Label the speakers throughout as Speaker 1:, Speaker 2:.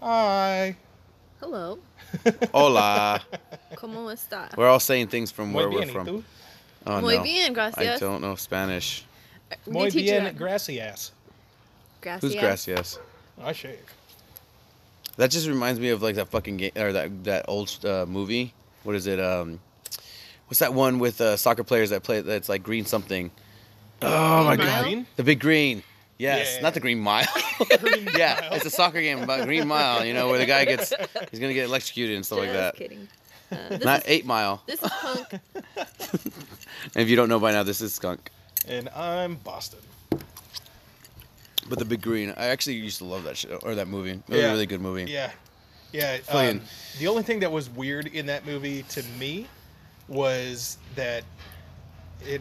Speaker 1: Hi.
Speaker 2: Hello.
Speaker 3: Hola.
Speaker 2: ¿Cómo está?
Speaker 3: We're all saying things from
Speaker 1: Muy
Speaker 3: where
Speaker 1: bien,
Speaker 3: we're
Speaker 1: ¿y tú?
Speaker 3: from. Oh,
Speaker 2: Muy
Speaker 3: no.
Speaker 2: bien,
Speaker 3: I
Speaker 2: gracias.
Speaker 3: don't know Spanish.
Speaker 2: Mi
Speaker 1: Muy
Speaker 2: teacher-
Speaker 1: bien, gracias.
Speaker 2: gracias.
Speaker 3: Who's gracias?
Speaker 1: I shake.
Speaker 3: That just reminds me of like that fucking game or that that old uh, movie. What is it? Um, what's that one with uh, soccer players that play that's like green something?
Speaker 2: Oh
Speaker 3: my
Speaker 1: God.
Speaker 3: The big green. Yes,
Speaker 1: Yeah.
Speaker 3: not the green mile. yeah, it's a soccer game about green mile. You know where the guy gets he's gonna get electrocuted and stuff like that.
Speaker 2: kidding. Uh, this,
Speaker 3: Not
Speaker 2: is,
Speaker 3: eight mile.
Speaker 2: this is punk.
Speaker 3: And if you don't know by now, this is skunk.
Speaker 1: And I'm Boston.
Speaker 3: But the big green. I actually used to love that shit or that movie. It was
Speaker 1: Yeah.
Speaker 3: a really good movie.
Speaker 1: Yeah, yeah. Um,
Speaker 3: Fucking-
Speaker 1: the only thing that was weird in that movie to me was that it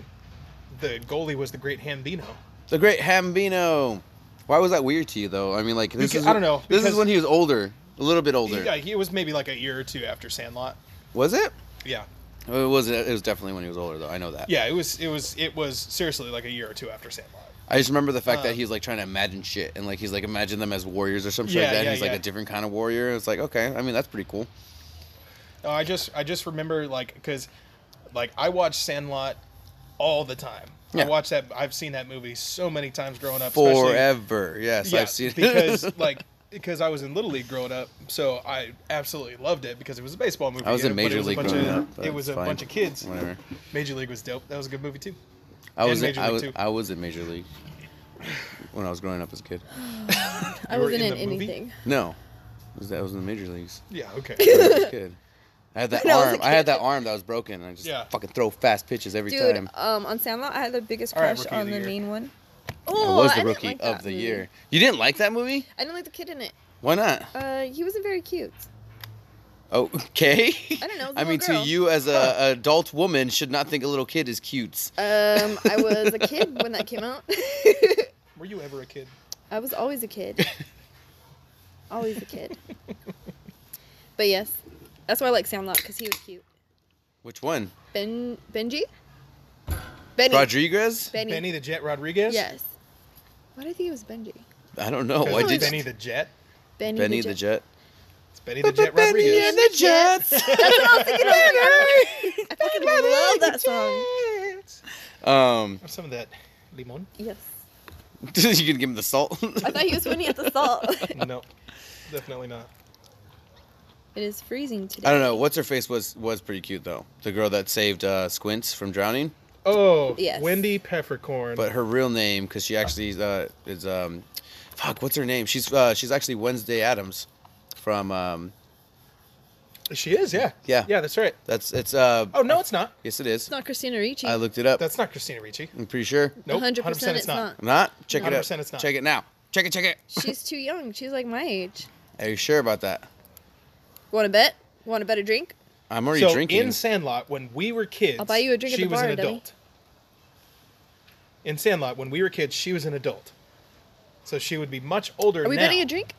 Speaker 1: the goalie was the great Hambino.
Speaker 3: The Great Hambino. Why was that weird to you though? I mean, like this
Speaker 1: Because-
Speaker 3: is
Speaker 1: I don't know,
Speaker 3: This is
Speaker 1: because-
Speaker 3: when he was older, a little bit older.
Speaker 1: Yeah, he was maybe like a year or two after Sandlot.
Speaker 3: Was it?
Speaker 1: Yeah,
Speaker 3: It was. It was definitely when he was older though. I know that.
Speaker 1: yeah. It was it was it was seriously like a year or two after Sandlot.
Speaker 3: I just remember the fact that
Speaker 1: Um,
Speaker 3: he's like trying to imagine shit and like he's like imagine them as warriors or something
Speaker 1: Yeah,
Speaker 3: like that. and
Speaker 1: yeah,
Speaker 3: he's like
Speaker 1: yeah.
Speaker 3: a different kind of warrior. It's like okay, I mean that's pretty cool.
Speaker 1: No, Oh, I just I just remember like because like I watch Sandlot all the time.
Speaker 3: Yeah.
Speaker 1: I watch that. I've seen that movie so many times growing up. especially-
Speaker 3: Forever. Yes, I've seen it.
Speaker 1: because like because I was in little league growing up, so I absolutely loved it because it was a baseball movie.
Speaker 3: I was
Speaker 1: yeah,
Speaker 3: in
Speaker 1: but it
Speaker 3: Major
Speaker 1: was a
Speaker 3: League
Speaker 1: bunch
Speaker 3: growing
Speaker 1: of-
Speaker 3: up. but
Speaker 1: It was a
Speaker 3: it's fine.
Speaker 1: bunch of kids.
Speaker 3: Whatever.
Speaker 1: Major League was dope. That was a good movie too.
Speaker 3: I
Speaker 1: And
Speaker 3: was. In,
Speaker 1: Major
Speaker 3: I
Speaker 1: League
Speaker 3: was.
Speaker 1: too.
Speaker 3: I was in Major League when I was growing up as a kid.
Speaker 2: I
Speaker 1: You were
Speaker 2: wasn't
Speaker 1: in
Speaker 2: in,
Speaker 1: the movie?
Speaker 2: anything.
Speaker 3: No, I was, I was in the Major Leagues.
Speaker 1: Yeah. Okay.
Speaker 3: when I was a kid. I had that
Speaker 2: When I was a
Speaker 3: arm. I
Speaker 2: kid.
Speaker 3: had that arm that was broken. And I just
Speaker 1: Yeah.
Speaker 3: fucking throw fast pitches every
Speaker 2: Dude,
Speaker 3: time.
Speaker 2: um, on Sandlot, I had the biggest
Speaker 1: All right,
Speaker 2: crush
Speaker 1: Rookie of
Speaker 2: on
Speaker 1: the
Speaker 2: the,
Speaker 1: Year.
Speaker 2: main one.
Speaker 3: I
Speaker 2: Oh,
Speaker 3: was the
Speaker 2: didn't
Speaker 3: rookie
Speaker 2: like
Speaker 3: of
Speaker 2: that
Speaker 3: the
Speaker 2: movie.
Speaker 3: year. You didn't like that movie?
Speaker 2: I didn't like the kid in it.
Speaker 3: Why not?
Speaker 2: Uh, he wasn't very cute.
Speaker 3: Okay.
Speaker 2: Uh, I don't know, the
Speaker 3: I mean,
Speaker 2: little
Speaker 3: to
Speaker 2: girl.
Speaker 3: you as a adult woman, should not think a little kid is cute.
Speaker 2: Um, I was a kid when that came out.
Speaker 1: Were you ever a kid?
Speaker 2: I was always a kid. Always a kid. But yes, that's why I like Sandlot because he was cute.
Speaker 3: Which one?
Speaker 2: Ben Benji. Benny.
Speaker 3: Rodriguez?
Speaker 2: Benny.
Speaker 1: Benny the Jet Rodriguez.
Speaker 2: Yes. Why do I think it was Benji?
Speaker 3: Oh, I don't know.
Speaker 1: 'Cause
Speaker 3: Why
Speaker 1: it's
Speaker 3: did
Speaker 1: Benny the Jet?
Speaker 2: Benny,
Speaker 3: Benny
Speaker 2: the,
Speaker 3: the
Speaker 2: Jet.
Speaker 3: Jet?
Speaker 1: It's Benny the Jet Rodriguez.
Speaker 2: and the Jets. I fucking love that song.
Speaker 3: Um,
Speaker 1: Or some of that limon.
Speaker 2: Yes.
Speaker 3: you can give him the salt.
Speaker 2: I thought he was winning at the salt.
Speaker 1: No, definitely not.
Speaker 2: it is freezing today.
Speaker 3: I don't know. What's her face was was pretty cute though. The girl that saved uh, Squints from drowning,
Speaker 1: Oh,
Speaker 2: Yes.
Speaker 1: Wendy Peppercorn.
Speaker 3: but her real name, because she actually uh, is um, fuck, what's her name? She's uh, she's actually Wednesday Adams, from um,
Speaker 1: she is, yeah.
Speaker 3: Yeah.
Speaker 1: Yeah, that's right.
Speaker 3: that's it's uh,
Speaker 1: Oh no, it's not.
Speaker 3: yes it is.
Speaker 2: It's not Christina Ricci.
Speaker 3: I looked it up.
Speaker 1: That's not Christina Ricci.
Speaker 3: I'm pretty sure.
Speaker 1: Nope.
Speaker 2: 100%
Speaker 1: it's,
Speaker 2: it's not.
Speaker 3: I'm not. Check it out.
Speaker 1: 100% it's not.
Speaker 3: Check it now. Check it. Check it.
Speaker 2: She's too young. She's like my age.
Speaker 3: Are you sure about that?
Speaker 2: Want to bet? Want to bet a drink?
Speaker 3: I'm already
Speaker 1: so
Speaker 3: drinking.
Speaker 1: in Sandlot, when we were kids,
Speaker 2: I'll buy you a drink at
Speaker 1: she
Speaker 2: the
Speaker 1: was
Speaker 2: bar,
Speaker 1: an
Speaker 2: dummy.
Speaker 1: adult. In Sandlot, when we were kids, she was an adult. So she would be much older
Speaker 2: Are we
Speaker 1: now.
Speaker 2: betting a drink?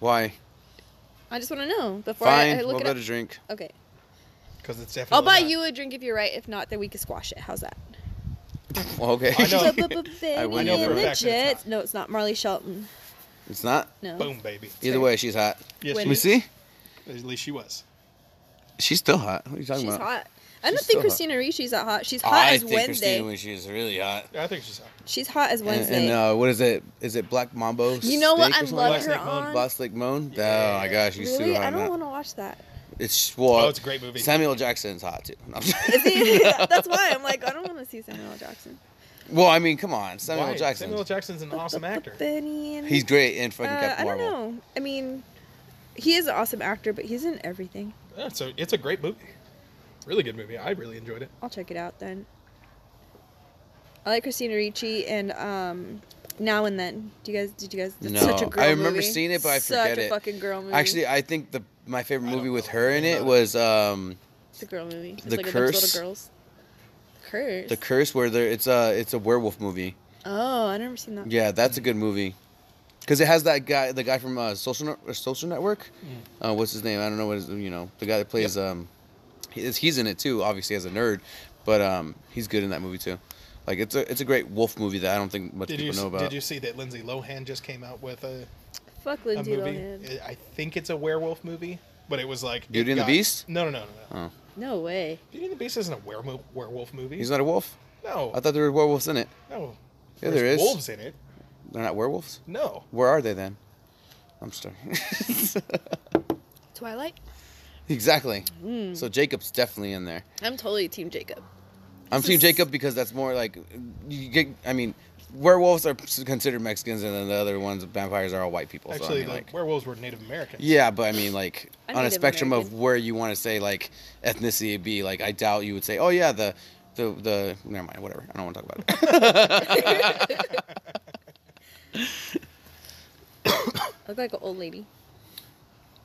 Speaker 3: Why?
Speaker 2: I just want to know before I,
Speaker 3: Fine.
Speaker 2: I look
Speaker 3: We'll
Speaker 2: it
Speaker 3: get
Speaker 2: up.
Speaker 3: a drink.
Speaker 2: okay.
Speaker 1: Because it's
Speaker 2: I'll
Speaker 1: definitely.
Speaker 2: buy
Speaker 1: not.
Speaker 2: you a drink if you're right. If not, then we can squash it. How's that?
Speaker 3: Well, okay.
Speaker 1: I know.
Speaker 3: I
Speaker 2: Benny
Speaker 3: win you for a
Speaker 2: and the
Speaker 1: fact that it's
Speaker 2: Jets.
Speaker 1: not.
Speaker 2: No, it's not Marley Shelton.
Speaker 3: It's not.
Speaker 2: No.
Speaker 1: Boom, baby.
Speaker 3: Either way, she's hot.
Speaker 1: Yes,
Speaker 2: When-
Speaker 3: Let
Speaker 1: she
Speaker 3: me
Speaker 1: is.
Speaker 3: see.
Speaker 1: At least she was.
Speaker 3: She's still hot. What are you talking
Speaker 2: She's
Speaker 3: about?
Speaker 2: hot. I don't think
Speaker 3: She's still hot. Oh,
Speaker 2: Christina Ricci's that hot. She's hot
Speaker 3: I
Speaker 2: as
Speaker 3: think
Speaker 2: Wednesday.
Speaker 3: Christina when she's really hot.
Speaker 1: I think she's.
Speaker 2: She's hot as
Speaker 3: And,
Speaker 2: Wednesday.
Speaker 3: and uh, what is it? Is it Black Mambo?
Speaker 2: you know what?
Speaker 3: Steak
Speaker 2: I
Speaker 3: or something
Speaker 2: love
Speaker 3: like
Speaker 1: Black
Speaker 2: her
Speaker 1: Snake
Speaker 2: on.
Speaker 3: that? Black Snake Moan.
Speaker 1: Yeah.
Speaker 3: Oh my gosh, she's too
Speaker 2: really?
Speaker 3: hot.
Speaker 2: I don't
Speaker 3: now.
Speaker 2: want to watch that.
Speaker 3: It's well,
Speaker 1: Oh, it's a great movie.
Speaker 3: Samuel Jackson's hot too. No, I'm just-
Speaker 2: See, that's why I'm like, I don't want to see Samuel L. Jackson.
Speaker 3: well, I mean, come on, Samuel
Speaker 1: Why?
Speaker 3: Jackson.
Speaker 1: Samuel Jackson's an awesome actor.
Speaker 2: Benny and
Speaker 3: He's great in fucking
Speaker 2: Uh, I
Speaker 3: Captain
Speaker 2: don't
Speaker 3: Marvel.
Speaker 2: know. I mean, he is an awesome actor, but he's in everything.
Speaker 1: Yeah, so it's a great movie. Really good movie. I really enjoyed it.
Speaker 2: I'll check it out then. I like Christina Ricci and um, Now and Then. Do you guys? Did you guys? It's
Speaker 3: No.
Speaker 2: such a girl
Speaker 3: I remember
Speaker 2: movie.
Speaker 3: seeing it, but I
Speaker 2: such
Speaker 3: forget
Speaker 2: a
Speaker 3: it.
Speaker 2: fucking girl movie.
Speaker 3: Actually, I think the my favorite
Speaker 1: I don't
Speaker 3: movie with
Speaker 1: know
Speaker 3: her in
Speaker 1: anything
Speaker 3: it
Speaker 1: about
Speaker 3: was um,
Speaker 2: it's a girl movie. It's
Speaker 3: The
Speaker 2: like a bunch of
Speaker 3: Curse.
Speaker 2: little girls. The curse.
Speaker 3: the Curse, where there it's a it's a werewolf movie.
Speaker 2: Oh, I never seen that.
Speaker 3: Yeah, that's a
Speaker 1: Mm.
Speaker 3: good movie. Cause it has that guy, the guy from uh, Social Net- uh, Social Network. Uh, what's his name? I don't know what his you know the guy that plays. Um, he, is- he's in it too, obviously as a nerd, but um, he's good in that movie too. Like it's a it's a great wolf movie that I don't think much
Speaker 1: Did
Speaker 3: people
Speaker 1: you
Speaker 3: know about.
Speaker 1: did you see that Lindsay Lohan just came out with a
Speaker 2: Fuck
Speaker 1: a
Speaker 2: Lindsay
Speaker 1: movie.
Speaker 2: Lohan.
Speaker 1: I- I think it's a werewolf movie, but it was like
Speaker 3: Beauty
Speaker 1: it
Speaker 3: and the
Speaker 1: got-
Speaker 3: Beast?
Speaker 1: No, no, no, no. no.
Speaker 3: Oh,
Speaker 2: No way.
Speaker 1: Beauty and the Beast isn't a weremo- werewolf movie.
Speaker 3: he's not a wolf.
Speaker 1: no,
Speaker 3: I thought there were werewolves in it.
Speaker 1: no.
Speaker 3: Yeah, there
Speaker 1: There's
Speaker 3: is.
Speaker 1: wolves in it.
Speaker 3: They're not werewolves.
Speaker 1: No,
Speaker 3: Where are they then? I'm sorry.
Speaker 2: Twilight.
Speaker 3: exactly.
Speaker 1: Hmm.
Speaker 3: So Jacob's definitely in there.
Speaker 2: I'm totally Team Jacob.
Speaker 3: I'm
Speaker 2: This
Speaker 3: Team
Speaker 2: is-
Speaker 3: Jacob because that's more like you get. I mean, werewolves are considered Mexicans, and then the other ones, vampires, are all white people. so, I
Speaker 1: actually,
Speaker 3: mean,
Speaker 1: like,
Speaker 3: like,
Speaker 1: werewolves were Native Americans.
Speaker 3: yeah, but I mean, like
Speaker 2: I'm
Speaker 3: on a
Speaker 2: Native
Speaker 3: spectrum of
Speaker 2: American.
Speaker 3: where you want to say like ethnicity it'd be, like I doubt you would say, oh yeah, the the the never mind, whatever. I don't want to talk about it.
Speaker 2: I look like an old lady.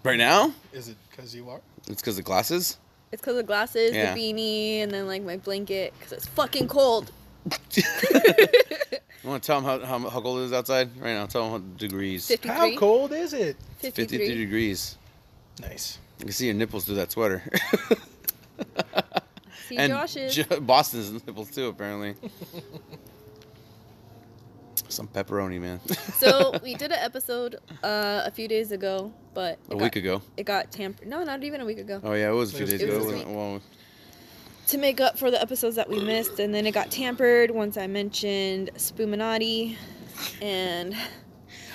Speaker 3: right now,
Speaker 1: Is it because you are?
Speaker 3: it's because the glasses.
Speaker 2: It's because of glasses,
Speaker 3: Yeah.
Speaker 2: the beanie, and then like my blanket because it's fucking cold.
Speaker 3: You want to tell them how, how how cold it is outside right now? Tell them how degrees.
Speaker 2: 53.
Speaker 1: How cold is it?
Speaker 2: 53.
Speaker 3: 53 degrees.
Speaker 1: Nice.
Speaker 3: You can see your nipples through that sweater.
Speaker 2: See
Speaker 3: and
Speaker 2: Josh's.
Speaker 3: Jo- Boston's nipples too, apparently. Some pepperoni, man.
Speaker 2: so we did an episode uh, a few days ago, but it
Speaker 3: a week
Speaker 2: got-
Speaker 3: ago.
Speaker 2: it got tampered. No, not even a week ago.
Speaker 3: Oh yeah, it was a few
Speaker 1: It was
Speaker 3: days
Speaker 1: this
Speaker 3: ago.
Speaker 1: week.
Speaker 3: wasn't it? Well,
Speaker 2: To make up for the episodes that we missed, and then it got tampered once I mentioned Spuminati, and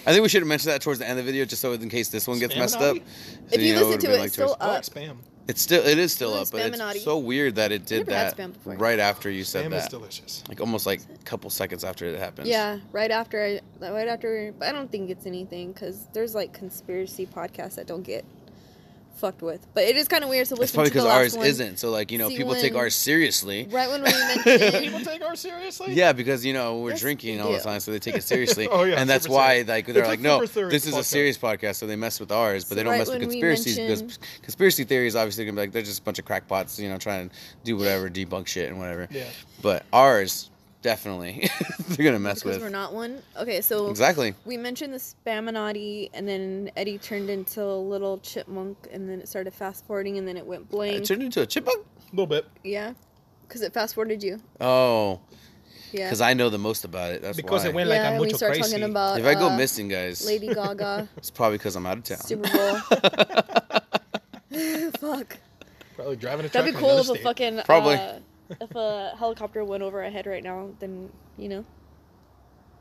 Speaker 3: I think we should have mentioned that towards the end of the video, just so in case this one gets messed up.
Speaker 1: Spaminati?
Speaker 3: so
Speaker 2: If you
Speaker 3: know
Speaker 2: listen
Speaker 3: would've
Speaker 2: to
Speaker 3: been,
Speaker 2: it, it's still
Speaker 3: towards-
Speaker 1: I
Speaker 2: Uh,
Speaker 1: like spam.
Speaker 3: It's still it is still
Speaker 2: Ooh,
Speaker 3: up, but it's
Speaker 2: Spaminati.
Speaker 3: so weird that it did
Speaker 2: never had
Speaker 3: that
Speaker 2: spam before.
Speaker 3: right after you said
Speaker 1: Spam is
Speaker 3: that.
Speaker 1: delicious.
Speaker 3: Like almost like a couple seconds after it happens.
Speaker 2: yeah, right after I, right after, but I don't think it's anything because there's like conspiracy podcasts that don't get fucked with, but it is kind of weird. So listen
Speaker 3: It's probably
Speaker 2: to the
Speaker 3: because
Speaker 2: last
Speaker 3: ours
Speaker 2: one.
Speaker 3: isn't. So like you know,
Speaker 2: See
Speaker 3: people take
Speaker 2: when-
Speaker 3: ours seriously.
Speaker 2: Right when we
Speaker 1: People
Speaker 2: mentioned,
Speaker 1: take ours seriously?
Speaker 3: Yeah, because you know we're
Speaker 2: Yes,
Speaker 3: drinking
Speaker 2: they
Speaker 3: all the
Speaker 2: do.
Speaker 3: time, so they take it seriously.
Speaker 1: Oh, yeah,
Speaker 3: and that's
Speaker 1: 100%.
Speaker 3: why like they're
Speaker 1: It's a
Speaker 3: like, no,
Speaker 1: super serious
Speaker 3: this is a
Speaker 1: podcast."
Speaker 3: serious podcast, so they mess with ours, but
Speaker 2: So
Speaker 3: they don't
Speaker 2: right
Speaker 3: mess with
Speaker 2: when we
Speaker 3: conspiracies because
Speaker 2: mention-
Speaker 3: conspiracy theories obviously gonna be like they're just a bunch of crackpots, you know, trying to do whatever, debunk shit and whatever.
Speaker 1: Yeah.
Speaker 3: But ours definitely they're gonna mess
Speaker 2: because
Speaker 3: with
Speaker 2: we're not one. Okay, so
Speaker 3: exactly.
Speaker 2: we mentioned the Spaminati, and then Eddie turned into a little chipmunk, and then it started fast forwarding, and then it went
Speaker 3: It
Speaker 2: blank.
Speaker 3: turned into a chipmunk.
Speaker 1: A little bit.
Speaker 2: yeah, because it fast forwarded you.
Speaker 3: Oh,
Speaker 2: Yeah,
Speaker 3: because I know the most about it. That's
Speaker 1: Because
Speaker 3: why.
Speaker 1: it went like
Speaker 2: yeah,
Speaker 1: I'm
Speaker 2: and we
Speaker 1: mucho
Speaker 2: start
Speaker 1: crazy.
Speaker 2: talking about
Speaker 3: If I go
Speaker 2: uh,
Speaker 3: missing, guys,
Speaker 2: Lady Gaga,
Speaker 3: it's probably because I'm out of town.
Speaker 2: Super Bowl. Fuck.
Speaker 1: Probably driving a truck.
Speaker 2: That'd be
Speaker 1: in
Speaker 2: cool
Speaker 1: another
Speaker 2: if a
Speaker 1: state.
Speaker 2: fucking
Speaker 3: Probably.
Speaker 2: Uh, if a helicopter went over our head right now, then you know.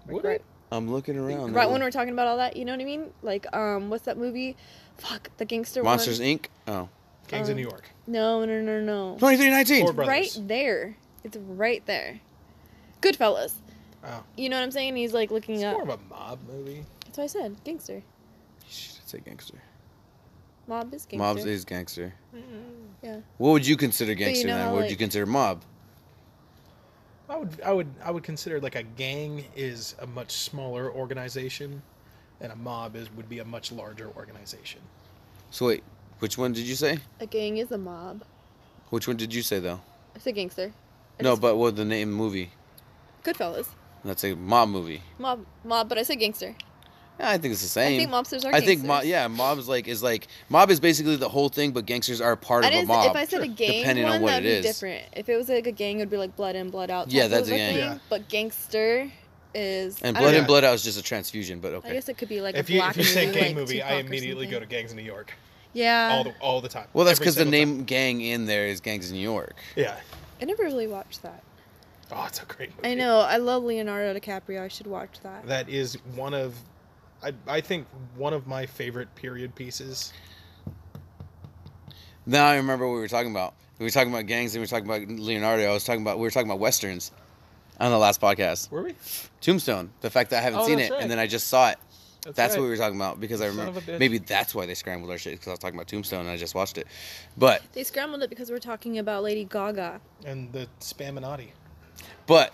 Speaker 2: Like,
Speaker 1: Would
Speaker 2: right,
Speaker 1: it?
Speaker 3: I'm looking around.
Speaker 2: right when we're talking about all that, you know what I mean? Like, um, what's that movie? Fuck the gangster
Speaker 3: Monsters
Speaker 2: one.
Speaker 3: Inc. Oh.
Speaker 1: Gangs
Speaker 2: Um,
Speaker 1: in New York.
Speaker 2: No, no, no, no.
Speaker 1: Four
Speaker 3: 2319.
Speaker 1: brothers.
Speaker 2: Right there. It's right there. Goodfellas.
Speaker 1: Oh.
Speaker 2: You know what I'm saying? He's like looking
Speaker 1: It's
Speaker 2: up.
Speaker 1: more of a mob movie.
Speaker 2: That's what I said. Gangster.
Speaker 3: Should say gangster.
Speaker 2: Mob is gangster.
Speaker 3: Mobs is gangster.
Speaker 2: Yeah.
Speaker 3: What would you consider
Speaker 2: you
Speaker 3: gangster
Speaker 2: know
Speaker 3: then?
Speaker 2: how,
Speaker 3: What would you
Speaker 2: like-
Speaker 3: consider mob?
Speaker 1: I would, I would, I would consider like a gang is a much smaller organization, and a mob is would be a much larger organization.
Speaker 3: So wait, which one did you say?
Speaker 2: A gang is a mob.
Speaker 3: Which one did you say though?
Speaker 2: It's a gangster. I
Speaker 3: No,
Speaker 2: just-
Speaker 3: but what the name movie?
Speaker 2: Goodfellas.
Speaker 3: That's a mob movie.
Speaker 2: Mob. Mob, but I said gangster.
Speaker 3: Yeah, I think it's the same.
Speaker 2: I think mobsters are
Speaker 3: I think mob.
Speaker 2: gangsters.
Speaker 3: Yeah, mob's like is like mob is basically the whole thing, but gangsters are part
Speaker 2: I
Speaker 3: of a
Speaker 2: didn't,
Speaker 3: mob.
Speaker 2: if I said a gang
Speaker 3: depending
Speaker 2: one,
Speaker 3: on what
Speaker 2: that'd
Speaker 3: it
Speaker 2: be
Speaker 3: is.
Speaker 2: different. If it was like a gang, it would be like blood in, blood out.
Speaker 3: Yeah,
Speaker 2: type
Speaker 3: that's
Speaker 2: of
Speaker 3: a gang.
Speaker 2: thing,
Speaker 1: Yeah.
Speaker 2: But gangster is.
Speaker 3: And
Speaker 2: I don't
Speaker 3: blood and
Speaker 2: know.
Speaker 3: blood out is just a transfusion, but okay.
Speaker 2: I guess it could be like
Speaker 1: if
Speaker 2: a
Speaker 1: you
Speaker 2: black
Speaker 1: if you say
Speaker 2: movie,
Speaker 1: gang
Speaker 2: like
Speaker 1: movie, I
Speaker 2: Tupac or
Speaker 1: immediately go to
Speaker 2: something. Uh,
Speaker 1: Gangs in New York
Speaker 2: Yeah.
Speaker 1: all the all the time.
Speaker 3: well, that's
Speaker 1: Every
Speaker 3: because the
Speaker 1: single
Speaker 3: name gang in there is Gangs in New York.
Speaker 1: time. Yeah.
Speaker 2: I never really watched that.
Speaker 1: Oh, it's a great movie.
Speaker 2: I know. I love Leonardo DiCaprio. I should watch that.
Speaker 1: That is one of, I I think one of my favorite period pieces.
Speaker 3: Now I remember what we were talking about. We were talking about gangs and we were talking about Leonardo. I was talking about we were talking about westerns on the last podcast.
Speaker 1: Were we?
Speaker 3: Tombstone. The fact that I haven't
Speaker 1: Oh,
Speaker 3: seen
Speaker 1: that's
Speaker 3: it
Speaker 1: right.
Speaker 3: and then I just saw it. That's,
Speaker 1: right.
Speaker 3: what we were talking about because I
Speaker 1: Son
Speaker 3: remember
Speaker 1: of a bitch.
Speaker 3: maybe that's why they scrambled our shit because I was talking about Tombstone and I just watched it. But
Speaker 2: They scrambled it because we're talking about Lady Gaga.
Speaker 1: And the Spaminati.
Speaker 3: but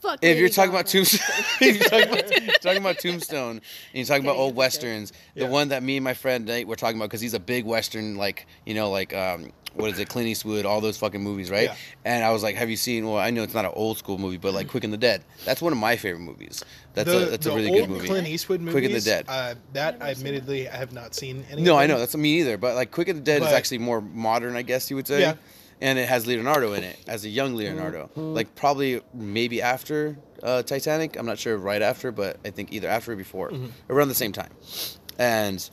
Speaker 2: Fuck.
Speaker 3: if
Speaker 2: Lady
Speaker 3: you're talking
Speaker 2: Gaga.
Speaker 3: about Tombstone, if you're talking about, talking about Tombstone, and you're talking about
Speaker 2: Getting
Speaker 3: old
Speaker 2: into shit.
Speaker 3: westerns,
Speaker 1: Yeah.
Speaker 3: the one that me and my friend Nate were talking about because he's a big western, like you know, like um, what is it, Clint Eastwood, all those fucking movies, right?
Speaker 1: Yeah.
Speaker 3: And I was like, have you seen? Well, I know it's not an old school movie, but like Quick and the Dead. That's one of my favorite movies. That's a that's a really
Speaker 1: old
Speaker 3: good movie.
Speaker 1: Clint Eastwood movies.
Speaker 3: Quick and the Dead.
Speaker 1: Uh, that
Speaker 2: Never
Speaker 1: I
Speaker 2: seen that.
Speaker 1: admittedly I have not seen. Any
Speaker 3: No,
Speaker 1: of
Speaker 3: I know
Speaker 1: them.
Speaker 3: that's me either. But like Quick and the Dead
Speaker 1: But-
Speaker 3: is actually more modern, I guess you would say.
Speaker 1: Yeah. Mm-hmm.
Speaker 3: And it has Leonardo in it as a young Leonardo, like probably maybe after uh, Titanic. I'm not sure right after, but I think either after or before,
Speaker 1: Mm-hmm.
Speaker 3: around the same time. And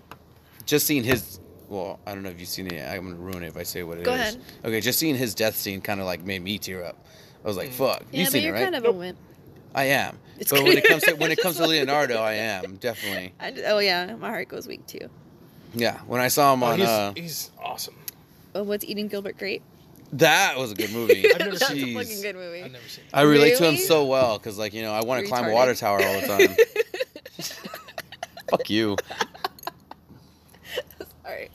Speaker 3: just seeing his, well, I don't know if you've seen it. I'm gonna ruin it if I say what it is.
Speaker 2: Go ahead.
Speaker 3: Okay, just seeing his death scene kind of like made me tear up. I was like,
Speaker 1: Mm.
Speaker 3: fuck.
Speaker 2: Yeah,
Speaker 3: you've
Speaker 2: but
Speaker 3: seen
Speaker 2: you're
Speaker 3: it, right?
Speaker 2: kind of a wimp.
Speaker 3: I am.
Speaker 2: It's
Speaker 3: but when it
Speaker 2: clear.
Speaker 3: comes to when it
Speaker 2: Just
Speaker 3: comes to
Speaker 2: like-
Speaker 3: Leonardo, I am definitely.
Speaker 2: I d oh yeah, my heart goes weak too.
Speaker 3: Yeah, when I saw him
Speaker 1: Oh,
Speaker 3: on
Speaker 1: he's,
Speaker 3: uh,
Speaker 1: he's awesome.
Speaker 2: Oh, what's eating Gilbert Grape?
Speaker 3: that was a good movie.
Speaker 1: I've never
Speaker 2: That's
Speaker 1: seen
Speaker 2: a
Speaker 3: Jeez.
Speaker 2: fucking good movie.
Speaker 1: I've never seen it.
Speaker 3: I relate to him
Speaker 2: Really?
Speaker 3: so well because, like, you know, I want to climb a
Speaker 2: Retarded.
Speaker 3: water tower all the time. Fuck you!
Speaker 2: All right.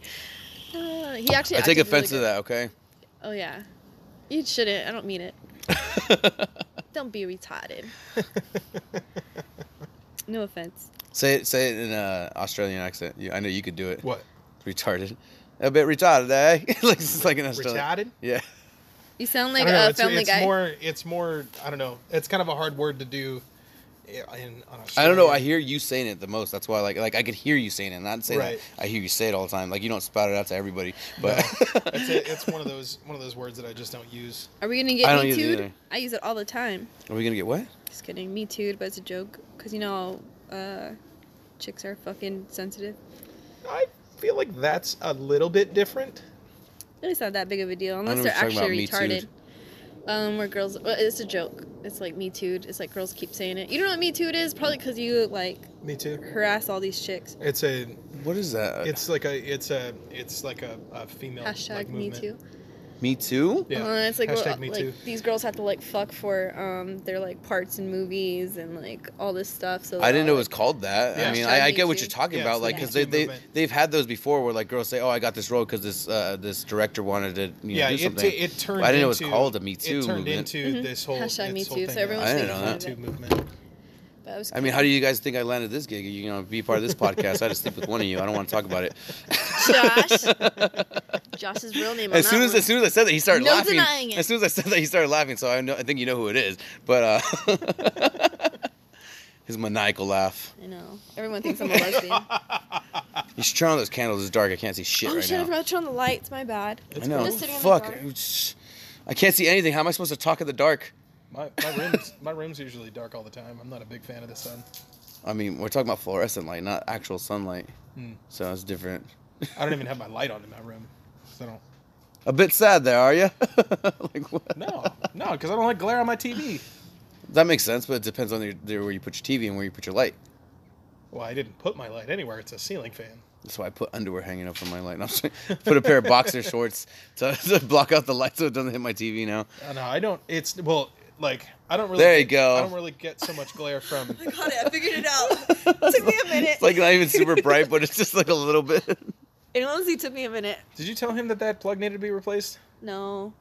Speaker 2: Uh, he actually.
Speaker 3: I
Speaker 2: acted
Speaker 3: take
Speaker 2: really
Speaker 3: offense
Speaker 2: good.
Speaker 3: to that. Okay.
Speaker 2: Oh yeah, you shouldn't. I don't mean it. Don't be retarded. no offense.
Speaker 3: say it. Say it in an Australian accent. You, I know you could do it.
Speaker 1: What?
Speaker 3: Retarded. A bit retarded, eh? like it's like an Australian.
Speaker 1: Retarded?
Speaker 3: Yeah.
Speaker 2: You sound
Speaker 1: I
Speaker 2: like
Speaker 1: don't know,
Speaker 2: a
Speaker 1: it's,
Speaker 2: Family
Speaker 1: it's
Speaker 2: Guy.
Speaker 1: more. It's more. I don't know. It's kind of a hard word to do. In, on
Speaker 3: I don't know. I
Speaker 1: Australian.
Speaker 3: hear you saying it the most. That's why, like, like I could hear you saying it. Not saying
Speaker 1: Right.
Speaker 3: that I hear you say it all the time. Like you don't spout it out to everybody, but
Speaker 1: it's, a, it's one of those one of those words that I just don't use.
Speaker 2: Are we gonna get
Speaker 3: I don't
Speaker 2: me
Speaker 3: use it
Speaker 2: too'd?
Speaker 3: either.
Speaker 2: I use it all the time.
Speaker 3: are we gonna get what?
Speaker 2: Just kidding. Me too'd, but it's a joke. Cause you know, uh, chicks are fucking sensitive.
Speaker 1: I feel like that's a little bit different.
Speaker 2: Really, It's not that big of a deal unless
Speaker 3: know
Speaker 2: they're
Speaker 3: what you're
Speaker 2: actually
Speaker 3: talking about, Me
Speaker 2: retarded. Um, where girls, well, it's a joke. It's like me too'd. It's like girls keep saying it. You know what me too'd is? Probably because you like
Speaker 1: Me too. Uh,
Speaker 2: harass all these chicks.
Speaker 1: It's a.
Speaker 3: What is that?
Speaker 1: It's like a. It's a. It's like a, a female
Speaker 2: Hashtag
Speaker 1: like,
Speaker 2: me
Speaker 1: movement.
Speaker 2: too.
Speaker 3: Me too.
Speaker 1: Yeah.
Speaker 2: Uh, it's like,
Speaker 1: Hashtag
Speaker 2: well,
Speaker 1: me
Speaker 2: like,
Speaker 1: too.
Speaker 2: these girls have to like fuck for um their like parts in movies and like all this stuff. So
Speaker 3: I didn't know it
Speaker 2: they're
Speaker 3: was called that.
Speaker 1: Yeah.
Speaker 3: I mean,
Speaker 2: Hashtag
Speaker 3: I, I
Speaker 2: Me
Speaker 3: get what
Speaker 2: Too.
Speaker 3: you're talking
Speaker 1: Yeah,
Speaker 3: about,
Speaker 1: it's
Speaker 3: like
Speaker 1: the
Speaker 3: because
Speaker 1: Me
Speaker 3: they,
Speaker 1: Too
Speaker 3: they
Speaker 1: movement.
Speaker 3: they've had those before, where like girls say, "Oh, I got this role because this uh, this director wanted to you know,
Speaker 1: Yeah,
Speaker 3: do
Speaker 1: it,
Speaker 3: something."
Speaker 1: it turned.
Speaker 3: I didn't know it was
Speaker 1: into,
Speaker 3: called the Me Too
Speaker 1: It turned
Speaker 3: movement.
Speaker 1: into
Speaker 2: Mhm.
Speaker 1: this whole. this
Speaker 2: Hashtag Me
Speaker 1: whole
Speaker 2: Too,
Speaker 1: Thing,
Speaker 2: so everyone's
Speaker 3: I didn't
Speaker 2: thinking
Speaker 3: know
Speaker 2: of
Speaker 1: Me
Speaker 2: it.
Speaker 1: Too movement.
Speaker 2: But it was
Speaker 3: I mean, how do you guys think I landed this gig? You know, be part of this podcast. I just sleep with one of you. I don't want to talk about it.
Speaker 2: Josh. Josh's real name. on
Speaker 3: As
Speaker 2: that
Speaker 3: soon as
Speaker 2: one.
Speaker 3: as soon as I said that, he started
Speaker 2: No
Speaker 3: laughing.
Speaker 2: denying it.
Speaker 3: As soon as I said that, he started laughing. So I know I think you know who it is. But uh, his maniacal laugh.
Speaker 2: I know everyone thinks I'm a lesbian. oh
Speaker 3: You should turn on those candles. It's dark. I can't see shit right
Speaker 2: shit! I
Speaker 3: now.
Speaker 2: forgot to turn on the lights. My bad.
Speaker 3: I know.
Speaker 2: I'm just sitting in the
Speaker 3: Fuck.
Speaker 2: dark.
Speaker 3: It's- I can't see anything. How am I supposed to talk in the dark?
Speaker 1: My my room's my room's usually dark all the time. I'm not a big fan of the sun.
Speaker 3: I mean, we're talking about fluorescent light, not actual sunlight.
Speaker 1: Hmm.
Speaker 3: So it's different.
Speaker 1: I don't even have my light on in my room. 'cause I don't.
Speaker 3: A bit sad there, are you? like what?
Speaker 1: No, no, because I don't like glare on my TV.
Speaker 3: That makes sense, but it depends on your, there where you put your TV and where you put your light.
Speaker 1: Well, I didn't put my light anywhere. It's a ceiling fan.
Speaker 3: That's why I put underwear hanging up on my light. No, I'm sorry. put a pair of boxer shorts to, to block out the light so it doesn't hit my TV now.
Speaker 1: Uh, no, I don't. It's well, like I don't really.
Speaker 3: There you
Speaker 1: get-
Speaker 3: go.
Speaker 1: I don't really get so much glare from.
Speaker 2: I got it. I figured it out. took me a minute.
Speaker 3: It's like not even super bright, but it's just like a little bit.
Speaker 2: it honestly took me a minute.
Speaker 1: Did you tell him that that plug needed to be replaced?
Speaker 2: No.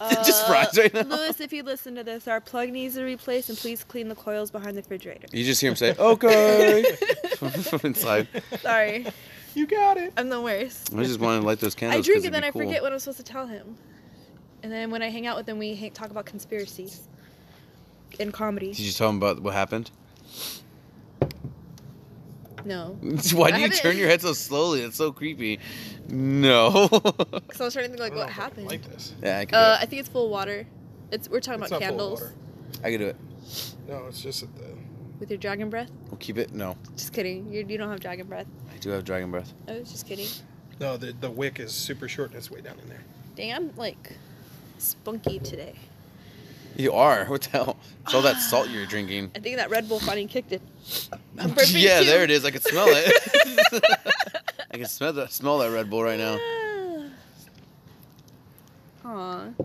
Speaker 2: Uh,
Speaker 3: just fries right now.
Speaker 2: Lewis, if you listen to this, our plug needs to replace, and please clean the coils behind the refrigerator.
Speaker 3: You just hear him say, "Okay," from inside.
Speaker 2: Sorry,
Speaker 1: You got it.
Speaker 2: I'm the worst.
Speaker 3: I just wanted to light those
Speaker 2: I
Speaker 3: candles.
Speaker 2: drink
Speaker 3: 'cause
Speaker 2: and then
Speaker 3: it'd
Speaker 2: I
Speaker 3: be cool.
Speaker 2: forget what I'm supposed to tell him. And then when I hang out with him, we ha- talk about conspiracies and
Speaker 3: Did
Speaker 2: comedy.
Speaker 3: you tell him about what happened?
Speaker 2: No,
Speaker 3: Why do
Speaker 2: I
Speaker 3: you turn
Speaker 2: haven't-
Speaker 3: your head so slowly? It's so creepy. No.
Speaker 2: because I was trying to think
Speaker 1: I
Speaker 2: like
Speaker 1: don't know
Speaker 2: what
Speaker 1: if I can
Speaker 2: happened.
Speaker 1: Like this.
Speaker 3: yeah, I could do
Speaker 2: Uh, I
Speaker 3: it.
Speaker 2: think it's full of water. It's we're talking
Speaker 1: It's
Speaker 2: about
Speaker 1: not full of
Speaker 2: candles
Speaker 1: water.
Speaker 3: I could do it.
Speaker 1: No, it's just that the.
Speaker 2: with your dragon breath.
Speaker 3: We'll keep it. No,
Speaker 2: Just kidding. You, you don't have dragon breath.
Speaker 3: I do have dragon breath.
Speaker 2: I was just kidding.
Speaker 1: No, the the wick is super short and it's way down in there.
Speaker 2: Dang, I'm like spunky today.
Speaker 3: You are. What the hell? It's all that salt you're drinking.
Speaker 2: I think that Red Bull finally kicked it. I'm burping
Speaker 3: yeah,
Speaker 2: too.
Speaker 3: there it is. I can smell it. I can smell that smell that Red Bull right now.
Speaker 2: Ah. Aw.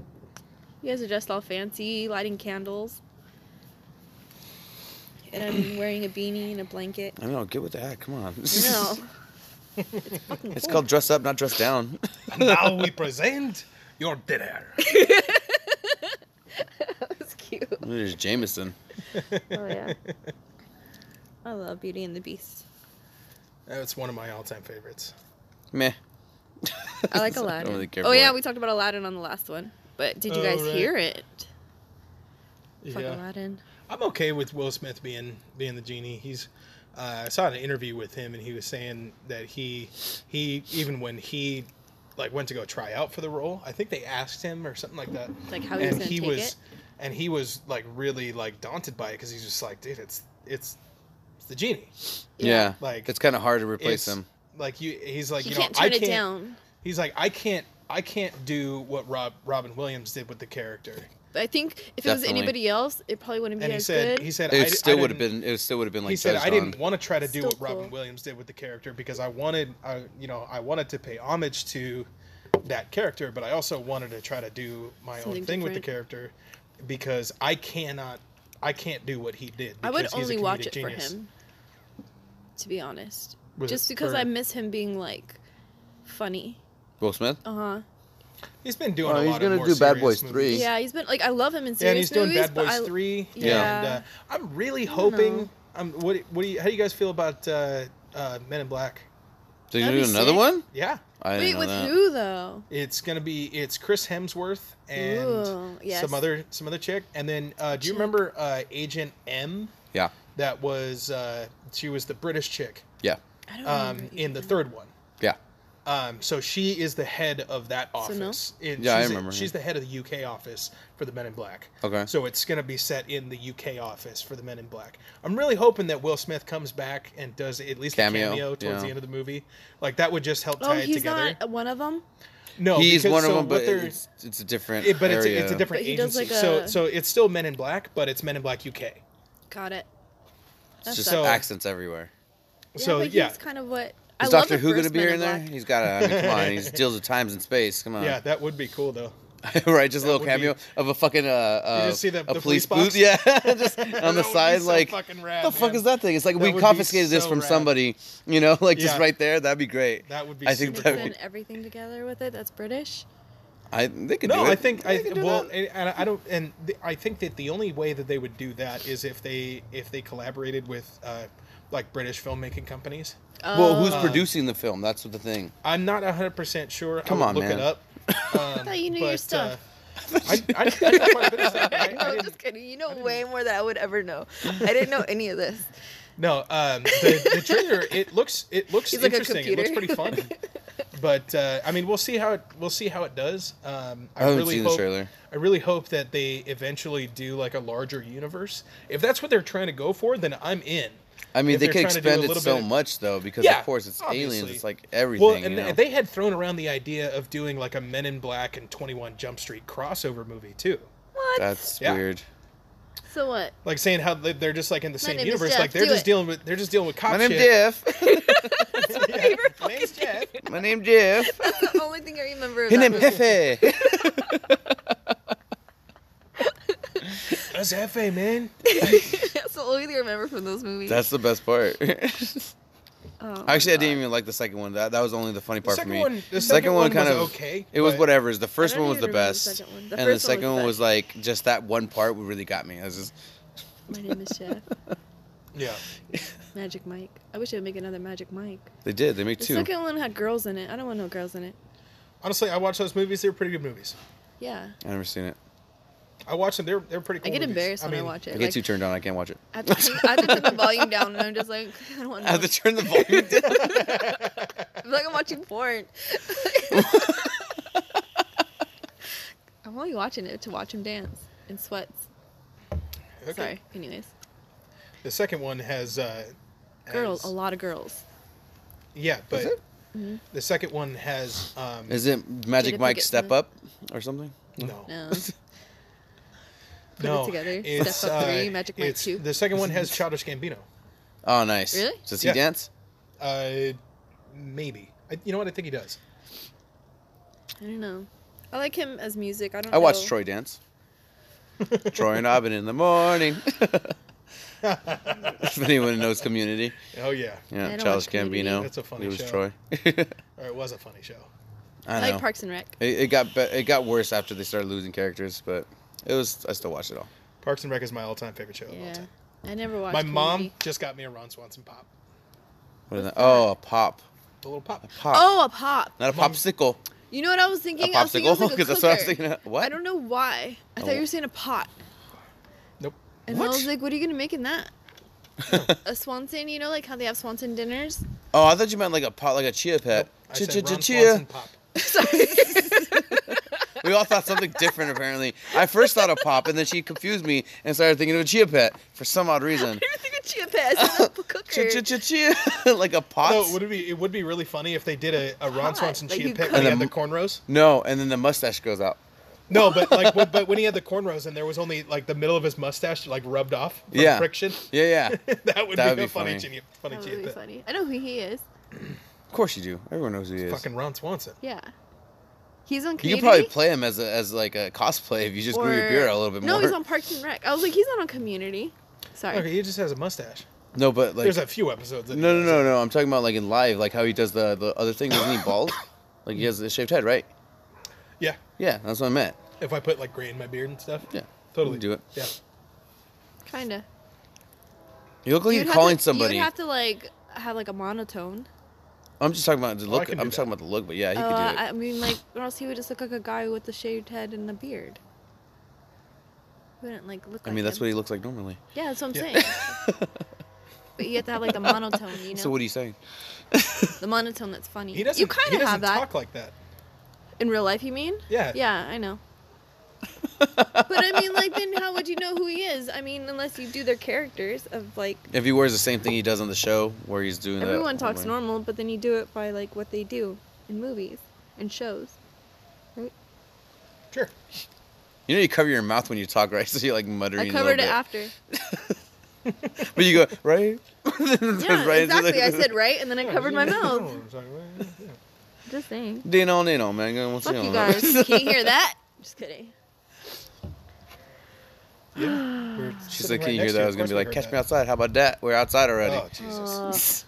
Speaker 2: You guys are dressed all fancy, lighting candles. And I'm wearing a beanie and a blanket.
Speaker 3: I know. Get with the heck. Come on.
Speaker 2: No.
Speaker 3: It's called dress up, not dress down.
Speaker 1: And now we present your dinner.
Speaker 2: that was cute.
Speaker 3: There's Jameson.
Speaker 2: Oh, yeah. I love Beauty and the Beast.
Speaker 1: That's one of my all-time favorites.
Speaker 3: Meh.
Speaker 2: I like
Speaker 3: I don't
Speaker 2: Aladdin.
Speaker 3: really care
Speaker 2: oh,
Speaker 3: for
Speaker 2: yeah,
Speaker 3: it.
Speaker 2: we talked about Aladdin on the last one. But did you
Speaker 1: Oh,
Speaker 2: guys
Speaker 1: right.
Speaker 2: hear it? Fuck
Speaker 1: yeah.
Speaker 2: Aladdin.
Speaker 1: I'm okay with Will Smith being being the genie. He's uh, I saw an interview with him and he was saying that he he even when he like went to go try out for the role, I think they asked him or something like that.
Speaker 2: Like how Oh, he was
Speaker 1: and
Speaker 2: gonna
Speaker 1: he
Speaker 2: take
Speaker 1: was
Speaker 2: it?
Speaker 1: and he was like really like daunted by it because he's just like, dude, it's it's it's the genie.
Speaker 3: Yeah.
Speaker 1: Like,
Speaker 3: it's kind of hard to replace
Speaker 1: It's
Speaker 3: him.
Speaker 1: Like you, he's like,
Speaker 2: he
Speaker 1: you
Speaker 2: can't
Speaker 1: know,
Speaker 2: turn
Speaker 1: I
Speaker 2: it
Speaker 1: can't.
Speaker 2: down.
Speaker 1: He's like, I can't, I can't do what Rob Robin Williams did with the character.
Speaker 2: But I think if it was
Speaker 3: Definitely.
Speaker 2: anybody else, it probably wouldn't be
Speaker 1: And he
Speaker 2: as
Speaker 1: said,
Speaker 2: good.
Speaker 1: he said, I,
Speaker 3: It
Speaker 1: d-
Speaker 3: still
Speaker 1: I
Speaker 3: would have
Speaker 1: didn't-
Speaker 3: been. It still would have been like
Speaker 1: he said,
Speaker 3: judged
Speaker 1: I didn't
Speaker 3: on.
Speaker 1: want to try to do
Speaker 2: Still
Speaker 1: what Robin
Speaker 2: cool.
Speaker 1: Williams did with the character because I wanted, I, you know, I wanted to pay homage to that character, but I also wanted to try to do my
Speaker 2: Something
Speaker 1: own thing with the
Speaker 2: different.
Speaker 1: character because I cannot, I can't do what he did.
Speaker 2: I would
Speaker 1: because he's a
Speaker 2: only watch
Speaker 1: comedic
Speaker 2: it
Speaker 1: genius.
Speaker 2: for him. To be honest,
Speaker 1: Was it
Speaker 2: just because
Speaker 1: for-
Speaker 2: I miss him being like funny.
Speaker 3: Will Smith.
Speaker 2: Uh huh.
Speaker 1: He's been doing
Speaker 3: Well,
Speaker 1: a lot
Speaker 3: he's
Speaker 1: of
Speaker 3: gonna
Speaker 1: more
Speaker 3: do Bad
Speaker 1: serious
Speaker 3: Boys
Speaker 1: movies.
Speaker 3: 3. He's-
Speaker 2: Yeah, he's been like I love him in serious
Speaker 1: Yeah, and he's doing
Speaker 2: movies,
Speaker 1: Bad
Speaker 2: but
Speaker 1: Boys
Speaker 2: I-
Speaker 1: Three.
Speaker 2: Yeah.
Speaker 1: and uh, I'm really hoping. I'm what? What do you? How do you guys feel about uh, uh, Men in Black?
Speaker 3: Did you
Speaker 2: That'd
Speaker 3: do
Speaker 2: be
Speaker 3: another
Speaker 2: sick.
Speaker 3: one?
Speaker 1: Yeah,
Speaker 3: I didn't
Speaker 2: Wait,
Speaker 3: know
Speaker 2: with
Speaker 3: that.
Speaker 2: who though?
Speaker 1: it's gonna be it's Chris Hemsworth and
Speaker 2: Ooh, yes.
Speaker 1: some other some other chick. And then uh, do you
Speaker 2: Chick.
Speaker 1: remember uh, Agent M?
Speaker 3: Yeah.
Speaker 1: That was uh, she was the British chick
Speaker 3: Yeah.
Speaker 2: I don't
Speaker 1: um,
Speaker 2: remember
Speaker 1: in the
Speaker 2: either.
Speaker 1: third one.
Speaker 3: Yeah.
Speaker 1: Um, so she is the head of that
Speaker 2: So no?
Speaker 1: office. And
Speaker 3: Yeah, I
Speaker 1: she's-
Speaker 3: remember her.
Speaker 1: She's the head of the UK office for the Men in Black.
Speaker 3: Okay.
Speaker 1: So it's gonna be set in the UK office for the Men in Black. I'm really hoping that Will Smith comes back and does at least
Speaker 3: Cameo,
Speaker 1: a cameo towards
Speaker 3: yeah.
Speaker 1: the end of the movie. Like that would just help tie
Speaker 2: Oh,
Speaker 1: it
Speaker 2: he's
Speaker 1: together.
Speaker 2: not one of them.
Speaker 1: No,
Speaker 3: he's
Speaker 1: Oh, because-
Speaker 3: one
Speaker 1: so
Speaker 3: of them,
Speaker 1: what
Speaker 3: but
Speaker 1: they're-
Speaker 3: it's, it's a different.
Speaker 1: it- but it's a,
Speaker 3: area.
Speaker 1: it's a different
Speaker 2: But he does,
Speaker 1: agency.
Speaker 2: like, uh,
Speaker 1: so
Speaker 2: a-
Speaker 1: so it's still Men in Black, but it's Men in Black UK.
Speaker 2: Got it.
Speaker 3: It's
Speaker 2: That
Speaker 3: just
Speaker 1: sucks.
Speaker 3: accents everywhere.
Speaker 1: so
Speaker 2: yeah, but
Speaker 1: yeah,
Speaker 2: he's kind of what. I
Speaker 3: Is
Speaker 2: love
Speaker 3: Doctor
Speaker 2: the
Speaker 3: Who
Speaker 2: going
Speaker 3: gonna be in there? He's got to. I mean, come on, he deals with times and space. Come on,
Speaker 1: yeah, that would be cool though.
Speaker 3: right? Just a little
Speaker 1: would be-
Speaker 3: cameo of a fucking uh, uh
Speaker 1: just see the-
Speaker 3: a
Speaker 1: the police
Speaker 3: police,
Speaker 1: box?
Speaker 3: booth, yeah, just
Speaker 1: That would
Speaker 3: on the
Speaker 1: be
Speaker 3: side.
Speaker 1: so
Speaker 3: like,
Speaker 1: fucking rad,
Speaker 3: the fuck
Speaker 1: man.
Speaker 3: is that thing? It's like
Speaker 1: That
Speaker 3: we
Speaker 1: would be
Speaker 3: confiscated this
Speaker 1: so
Speaker 3: from
Speaker 1: rad.
Speaker 3: somebody, you know, like just
Speaker 1: Yeah.
Speaker 3: right there. That'd be great.
Speaker 1: That would be
Speaker 3: I think
Speaker 1: super
Speaker 3: that
Speaker 1: cool.
Speaker 3: would,
Speaker 2: everything together with it. That's British.
Speaker 3: I they could
Speaker 1: No,
Speaker 3: do it.
Speaker 1: I think
Speaker 3: They
Speaker 1: I
Speaker 3: could do
Speaker 1: well,
Speaker 3: that.
Speaker 1: and, and I don't, and th- I think that the only way that they would do that is if they if they collaborated with uh, like British filmmaking companies.
Speaker 3: well, who's
Speaker 1: Um,
Speaker 3: producing the film? That's what the thing.
Speaker 1: I'm not 100 percent sure.
Speaker 3: Come
Speaker 1: I would
Speaker 3: on,
Speaker 1: look
Speaker 3: man.
Speaker 1: it up. Um,
Speaker 2: thought you knew your stuff.
Speaker 1: Uh, I, I did quite a bit of stuff. I, I
Speaker 2: no,
Speaker 1: didn't,
Speaker 2: just kidding. You know way more than I would ever know. I didn't know any of this.
Speaker 1: no, um, the, the trailer it looks it looks
Speaker 2: He's like a
Speaker 1: interesting. it looks pretty
Speaker 2: computer.
Speaker 1: fun. But uh, I mean, we'll see how it we'll see how it does. Um, I,
Speaker 3: I haven't
Speaker 1: really
Speaker 3: seen the
Speaker 1: hope,
Speaker 3: trailer.
Speaker 1: I really hope that they eventually do like a larger universe. If that's what they're trying to go for, then I'm in.
Speaker 3: I mean,
Speaker 1: if
Speaker 3: they
Speaker 1: they're
Speaker 3: could
Speaker 1: trying to do a
Speaker 3: expand it
Speaker 1: little
Speaker 3: so
Speaker 1: bit of-
Speaker 3: much though, because
Speaker 1: Yeah,
Speaker 3: of course it's aliens.
Speaker 1: obviously.
Speaker 3: It's like everything.
Speaker 1: Well, and
Speaker 3: you know?
Speaker 1: they had thrown around the idea of doing like a Men in Black and 21 Jump Street crossover movie too.
Speaker 2: What?
Speaker 3: That's
Speaker 1: Yeah.
Speaker 3: weird.
Speaker 2: so what?
Speaker 1: Like saying how they- they're just like in the same
Speaker 2: name is
Speaker 1: universe,
Speaker 2: Jeff,
Speaker 1: like they're
Speaker 2: do
Speaker 1: just
Speaker 2: it.
Speaker 1: dealing with they're just dealing with cop
Speaker 3: My name's
Speaker 1: shit.
Speaker 3: Jeff.
Speaker 1: Yeah. My name's Jeff.
Speaker 3: My name's Jeff.
Speaker 2: That's the only thing I remember. Of
Speaker 3: His
Speaker 2: that
Speaker 3: name
Speaker 2: movie.
Speaker 3: Jefe.
Speaker 1: That's FA man.
Speaker 2: That's the only thing I remember from those movies.
Speaker 3: That's the best part.
Speaker 2: Oh, my
Speaker 3: Actually, I
Speaker 2: God.
Speaker 3: didn't even like the second one. That that was only the funny
Speaker 1: The
Speaker 3: part for
Speaker 1: second
Speaker 3: me.
Speaker 1: one, the second,
Speaker 3: one
Speaker 1: one,
Speaker 3: kind
Speaker 1: was
Speaker 3: of-
Speaker 1: okay.
Speaker 3: It was
Speaker 1: but-
Speaker 3: whatever. The first
Speaker 2: I don't
Speaker 3: one was the
Speaker 2: even remember the
Speaker 3: best,
Speaker 2: second one. The
Speaker 3: and
Speaker 2: first one
Speaker 3: the
Speaker 2: was
Speaker 3: second one
Speaker 2: the
Speaker 3: was
Speaker 2: best.
Speaker 3: like just that one part what really got me. I was just,
Speaker 2: My name is Jeff.
Speaker 1: Yeah.
Speaker 2: Magic Mike. I wish they would make another Magic Mike.
Speaker 3: they did. They made
Speaker 2: The
Speaker 3: two.
Speaker 2: second one had girls in it. I don't want no girls in it.
Speaker 1: Honestly, I watched those movies. They were pretty good movies.
Speaker 2: Yeah.
Speaker 3: I never seen it.
Speaker 1: I watched them. They're they're pretty.
Speaker 2: I
Speaker 1: Cool
Speaker 2: get
Speaker 1: movies.
Speaker 2: embarrassed when I
Speaker 1: mean,
Speaker 2: watch
Speaker 3: I
Speaker 2: it.
Speaker 3: get
Speaker 2: Like,
Speaker 3: too turned on. I can't watch it.
Speaker 2: I have, to turn, I have to turn the volume down, and I'm just like, I don't want.
Speaker 3: I have to
Speaker 2: noise.
Speaker 3: turn the volume down.
Speaker 2: I'm like I'm watching porn. I'm only watching it to watch him dance in sweats.
Speaker 1: Okay.
Speaker 2: Sorry. Anyways,
Speaker 1: The second one has uh,
Speaker 2: girls, a
Speaker 1: has-
Speaker 2: lot of girls.
Speaker 1: Yeah, but
Speaker 3: it?
Speaker 1: the second one has um,
Speaker 3: Is it Magic
Speaker 2: Jada
Speaker 3: Mike
Speaker 2: Pinkett
Speaker 3: Step
Speaker 2: Smith.
Speaker 3: Up or something?
Speaker 1: no
Speaker 2: No. Put
Speaker 1: no
Speaker 2: it together.
Speaker 1: it's,
Speaker 2: Step up three.
Speaker 1: uh,
Speaker 2: Magic Mike
Speaker 1: it's-
Speaker 2: two.
Speaker 1: The second one has Childish Gambino.
Speaker 3: Oh, nice.
Speaker 2: Really?
Speaker 3: Does he
Speaker 1: Yeah.
Speaker 3: dance?
Speaker 1: Uh, maybe. I, you know what? I think he does.
Speaker 2: I don't know. I like him as music. I don't.
Speaker 3: I watched
Speaker 2: know.
Speaker 3: Troy dance. Troy and Robin in the morning. if anyone knows Community,
Speaker 1: Oh yeah,
Speaker 2: I
Speaker 3: yeah,
Speaker 2: don't
Speaker 3: Charles
Speaker 2: watch Community.
Speaker 3: Gambino.
Speaker 1: That's a funny
Speaker 3: it was
Speaker 1: show.
Speaker 3: Troy.
Speaker 1: or it was a funny show.
Speaker 3: I
Speaker 2: I,
Speaker 3: know.
Speaker 2: like Parks and Rec.
Speaker 3: It, it got be- it got worse after they started losing characters, but it was I still watched it all.
Speaker 1: Parks and Rec is my all-time favorite show of all
Speaker 2: Yeah.
Speaker 1: time.
Speaker 2: I never watched.
Speaker 1: My mom
Speaker 2: Community.
Speaker 1: just got me a Ron Swanson pop,
Speaker 3: What is that? Oh, a pop,
Speaker 1: a little pop.
Speaker 3: pop,
Speaker 2: Oh, a pop.
Speaker 3: not a
Speaker 1: Mom-
Speaker 3: popsicle,
Speaker 2: You know what I was
Speaker 3: a
Speaker 2: thinking? I was thinking it
Speaker 3: popsicle,
Speaker 2: was like a
Speaker 3: that's what I was
Speaker 2: cooker.
Speaker 3: thinking. Of. What?
Speaker 2: I don't know why. I
Speaker 3: Oh.
Speaker 2: thought you were saying a pot.
Speaker 1: Nope.
Speaker 2: And
Speaker 3: What?
Speaker 2: I was like, what are you going to make in that? a Swanson, you know, like how they have Swanson dinners?
Speaker 3: Oh, I thought you meant like a pot, like a chia pet.
Speaker 1: I
Speaker 3: Chia,
Speaker 1: said
Speaker 3: chia, chia,
Speaker 1: Ron
Speaker 3: chia.
Speaker 1: Swanson pop.
Speaker 2: Sorry.
Speaker 3: we all thought something different. Apparently, I first thought of Pop, and then she confused me and started thinking of a chia pet for some odd
Speaker 2: I
Speaker 3: reason.
Speaker 2: didn't think of chia pet as a cooker.
Speaker 3: Chia chia chia chia, like a pot.
Speaker 1: No, would it be? It would be really funny if they did a, a Ron
Speaker 2: Hot,
Speaker 1: Swanson
Speaker 2: like
Speaker 1: chia
Speaker 2: you
Speaker 1: pet
Speaker 2: cook
Speaker 1: when he
Speaker 3: it.
Speaker 1: had the cornrows.
Speaker 3: No, and then the mustache goes out.
Speaker 1: No, but like, but, but when he had the cornrows and there was only like the middle of his mustache like rubbed off from
Speaker 3: Yeah.
Speaker 1: friction,
Speaker 3: Yeah, yeah.
Speaker 1: that would
Speaker 3: That
Speaker 1: be
Speaker 3: would
Speaker 1: a
Speaker 3: be
Speaker 1: funny,
Speaker 3: funny.
Speaker 1: chia, funny
Speaker 2: That
Speaker 1: chia
Speaker 2: would be
Speaker 1: pet.
Speaker 2: funny. I know who he is.
Speaker 3: Of course you do. Everyone knows who he is.
Speaker 1: Fucking Ron Swanson.
Speaker 2: Yeah. He's on
Speaker 3: you
Speaker 2: Community.
Speaker 3: could probably play him as a, as like a cosplay if you just grew your
Speaker 2: or-
Speaker 3: beard out a little bit
Speaker 2: no,
Speaker 3: more.
Speaker 2: he's on Parks and Rec. I was like, he's not on Community. Sorry.
Speaker 1: Okay, he just has a mustache.
Speaker 3: No, but like
Speaker 1: There's a few episodes. That
Speaker 3: No, no, no, no. I'm talking about like in live, like how he does the the other thing. Isn't he bald? like he has a shaved head, right?
Speaker 1: Yeah,
Speaker 3: Yeah, that's what I meant.
Speaker 1: if I put like gray in my beard and stuff.
Speaker 3: Yeah,
Speaker 1: totally
Speaker 3: do it.
Speaker 1: Yeah,
Speaker 2: Kinda.
Speaker 3: You look like
Speaker 2: You'd
Speaker 3: you're
Speaker 2: have
Speaker 3: calling
Speaker 2: to,
Speaker 3: somebody.
Speaker 2: You'd have to like have like a monotone.
Speaker 3: I'm just talking about the
Speaker 1: Oh, I
Speaker 3: look.
Speaker 1: can do
Speaker 3: I'm
Speaker 1: that.
Speaker 3: talking about the look, but yeah, he
Speaker 2: Oh,
Speaker 3: could do it.
Speaker 2: I mean, like, or else he would just look like a guy with a shaved head and a beard. Wouldn't like look.
Speaker 3: I mean, that's what he looks like normally.
Speaker 2: he. Yeah, that's what I'm
Speaker 1: Yeah.
Speaker 2: saying. but you have to have like the monotone, you know,
Speaker 3: So what are you saying?
Speaker 2: the monotone that's funny.
Speaker 1: he doesn't.
Speaker 2: you kind
Speaker 1: he
Speaker 2: of
Speaker 1: doesn't
Speaker 2: have that
Speaker 1: talk like that.
Speaker 2: in real life. You mean?
Speaker 1: Yeah.
Speaker 2: Yeah, I know. but I mean, like, then how would you know who he is? I mean, unless you do their characters of like
Speaker 3: If he wears the same thing he does on the show, where he's doing that. oh,
Speaker 2: everyone talks
Speaker 3: like-
Speaker 2: normal, but then you do it by like what they do in movies and shows.
Speaker 1: Sure.
Speaker 3: You know, you cover your mouth when you talk, right? So you like muttering.
Speaker 2: I
Speaker 3: a
Speaker 2: covered it
Speaker 3: little bit.
Speaker 2: after.
Speaker 3: But you go right.
Speaker 2: Yeah,
Speaker 3: yeah,
Speaker 2: exactly. I said right, and then I covered my mouth.
Speaker 1: mouth.
Speaker 2: Just saying.
Speaker 3: Dino, Dino, man. What's
Speaker 2: Fuck
Speaker 3: going
Speaker 2: you
Speaker 3: on?
Speaker 2: guys. Can you hear that? Just kidding.
Speaker 3: She said, "Can you hear that?" I was gonna be like, "Catch me outside." How about that? We're outside already.
Speaker 1: Oh Jesus!
Speaker 2: Uh,
Speaker 3: That's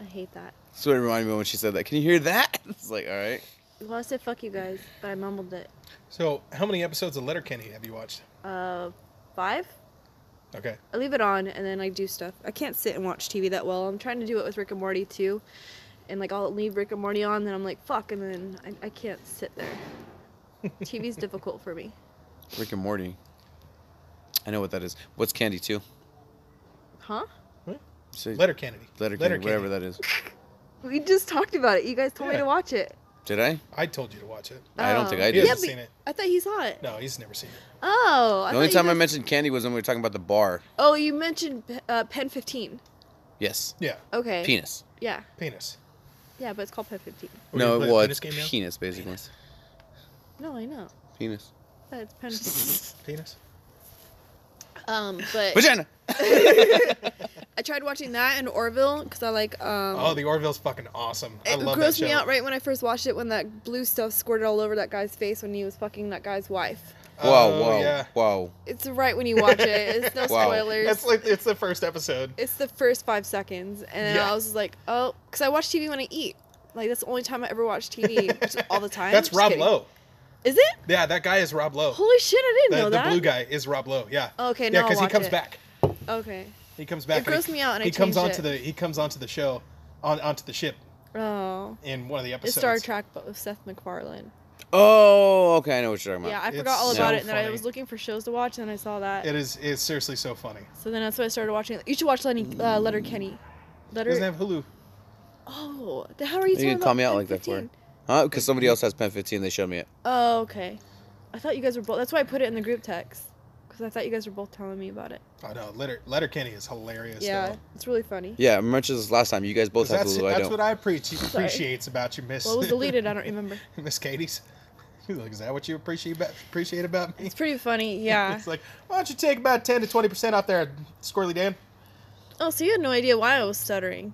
Speaker 2: I hate that.
Speaker 3: what it reminded me of when she said that. Can you hear that? It's like, all right.
Speaker 2: Well, I said fuck you guys, but I mumbled it.
Speaker 1: So, how many episodes of Letterkenny have you watched?
Speaker 2: Uh, five?
Speaker 1: Okay.
Speaker 2: I leave it on and then I do stuff. I can't sit and watch TV that well. I'm trying to do it with Rick and Morty too. And like I'll leave Rick and Morty on, then I'm like, fuck, and then I, I can't sit there. TV's difficult for me.
Speaker 3: Rick and Morty. I know what that is. What's Candy too?
Speaker 2: Huh?
Speaker 3: Say-
Speaker 1: Letter Kennedy.
Speaker 3: Letter, Candy, whatever that is.
Speaker 2: We just talked about it. You guys told me
Speaker 1: Yeah.
Speaker 2: to watch it. Um,
Speaker 3: Did I?
Speaker 1: I told you to watch it.
Speaker 3: I don't think I
Speaker 1: He
Speaker 3: did.
Speaker 2: Oh. Yeah,
Speaker 1: hasn't
Speaker 2: but
Speaker 1: seen it.
Speaker 2: I thought he saw it.
Speaker 1: No, he's never seen it.
Speaker 2: Oh, I
Speaker 3: the only
Speaker 2: thought you
Speaker 3: time I
Speaker 2: guys-
Speaker 3: mentioned Candy was when we were talking about the bar.
Speaker 2: Oh, you mentioned uh, Pen 15.
Speaker 3: Yes.
Speaker 1: Yeah,
Speaker 2: Okay.
Speaker 3: Penis.
Speaker 2: Yeah,
Speaker 1: penis.
Speaker 2: yeah, but it's called Pen 15.
Speaker 1: We're
Speaker 3: no,
Speaker 1: gonna
Speaker 3: it
Speaker 1: play a Penis
Speaker 3: was
Speaker 1: game now?
Speaker 3: penis, basically. Penis.
Speaker 2: No, I know. But it's Pen 15.
Speaker 1: Penis.
Speaker 2: um, but
Speaker 3: Vagina.
Speaker 2: I tried watching that and Orville because I like. Um,
Speaker 1: Oh, the Orville's fucking awesome. I
Speaker 2: it
Speaker 1: love that
Speaker 2: grossed
Speaker 1: show.
Speaker 2: me out right when I first watched it when that blue stuff squirted all over that guy's face when he was fucking that guy's wife.
Speaker 3: Whoa,
Speaker 1: Oh,
Speaker 3: whoa,
Speaker 1: yeah.
Speaker 3: whoa.
Speaker 2: It's right when you watch it. It's no
Speaker 3: Wow.
Speaker 2: spoilers.
Speaker 1: That's like it's the first episode.
Speaker 2: it's the first five seconds, and then
Speaker 1: Yeah.
Speaker 2: I was just like, oh, because I watch TV when I eat. Like that's the only time I ever watch TV, just all the time.
Speaker 1: That's
Speaker 2: Just
Speaker 1: Rob
Speaker 2: kidding.
Speaker 1: Lowe.
Speaker 2: Is it?
Speaker 1: Yeah, that guy is Rob Lowe.
Speaker 2: Holy shit! I didn't
Speaker 1: the,
Speaker 2: know
Speaker 1: the
Speaker 2: that. Oh,
Speaker 1: blue guy is Rob Lowe. Yeah.
Speaker 2: Okay,
Speaker 1: Yeah,
Speaker 2: now I'll
Speaker 1: he
Speaker 2: watch
Speaker 1: comes
Speaker 2: it.
Speaker 1: back.
Speaker 2: Okay.
Speaker 1: He comes back. and
Speaker 2: grossed
Speaker 1: he,
Speaker 2: me out and I
Speaker 1: he comes
Speaker 2: changed
Speaker 1: onto
Speaker 2: it.
Speaker 1: the he comes onto the show, on onto the ship
Speaker 2: Oh.
Speaker 1: in one of the
Speaker 2: It's
Speaker 1: episodes.
Speaker 2: Star Trek, but with Seth MacFarlane.
Speaker 3: Oh, okay. I know what you're talking
Speaker 2: Yeah,
Speaker 3: about.
Speaker 2: I
Speaker 1: It's
Speaker 2: forgot all
Speaker 1: so
Speaker 2: about it, and then I
Speaker 1: funny.
Speaker 2: was looking for shows to watch, and then I saw that.
Speaker 1: It is it's seriously so funny.
Speaker 2: So then that's when I started watching. You should watch Lenny, uh, Letter Kenny.
Speaker 1: He doesn't
Speaker 2: Letter.
Speaker 1: have Hulu.
Speaker 2: Oh, the how are you?
Speaker 3: You can
Speaker 2: talking
Speaker 3: call me
Speaker 2: about
Speaker 3: out like that for it.
Speaker 2: 10-15?
Speaker 3: Huh? Because somebody else has Pen 15. They showed me it.
Speaker 2: Oh, okay. I thought you guys were both. That's why I put it in the group text because I thought you guys were both telling me about it.
Speaker 1: Oh no, Letter Letter Kenny is hilarious.
Speaker 2: yeah,
Speaker 1: though.
Speaker 2: it's really funny.
Speaker 3: Yeah, I mentioned this last time. You guys both
Speaker 1: 'Cause
Speaker 3: have
Speaker 1: That's,
Speaker 3: Hulu. I
Speaker 1: that's
Speaker 3: don't.
Speaker 1: what I appreciate appreciates about you, Miss.
Speaker 2: Well, it was deleted. I don't remember.
Speaker 1: Miss Katie's. She's like, is that what you appreciate about, appreciate about me?
Speaker 2: It's pretty funny. Yeah.
Speaker 1: It's like, why don't you take about ten to twenty percent off there, Squirrely Dan?
Speaker 2: Oh, so you had no idea why I was stuttering.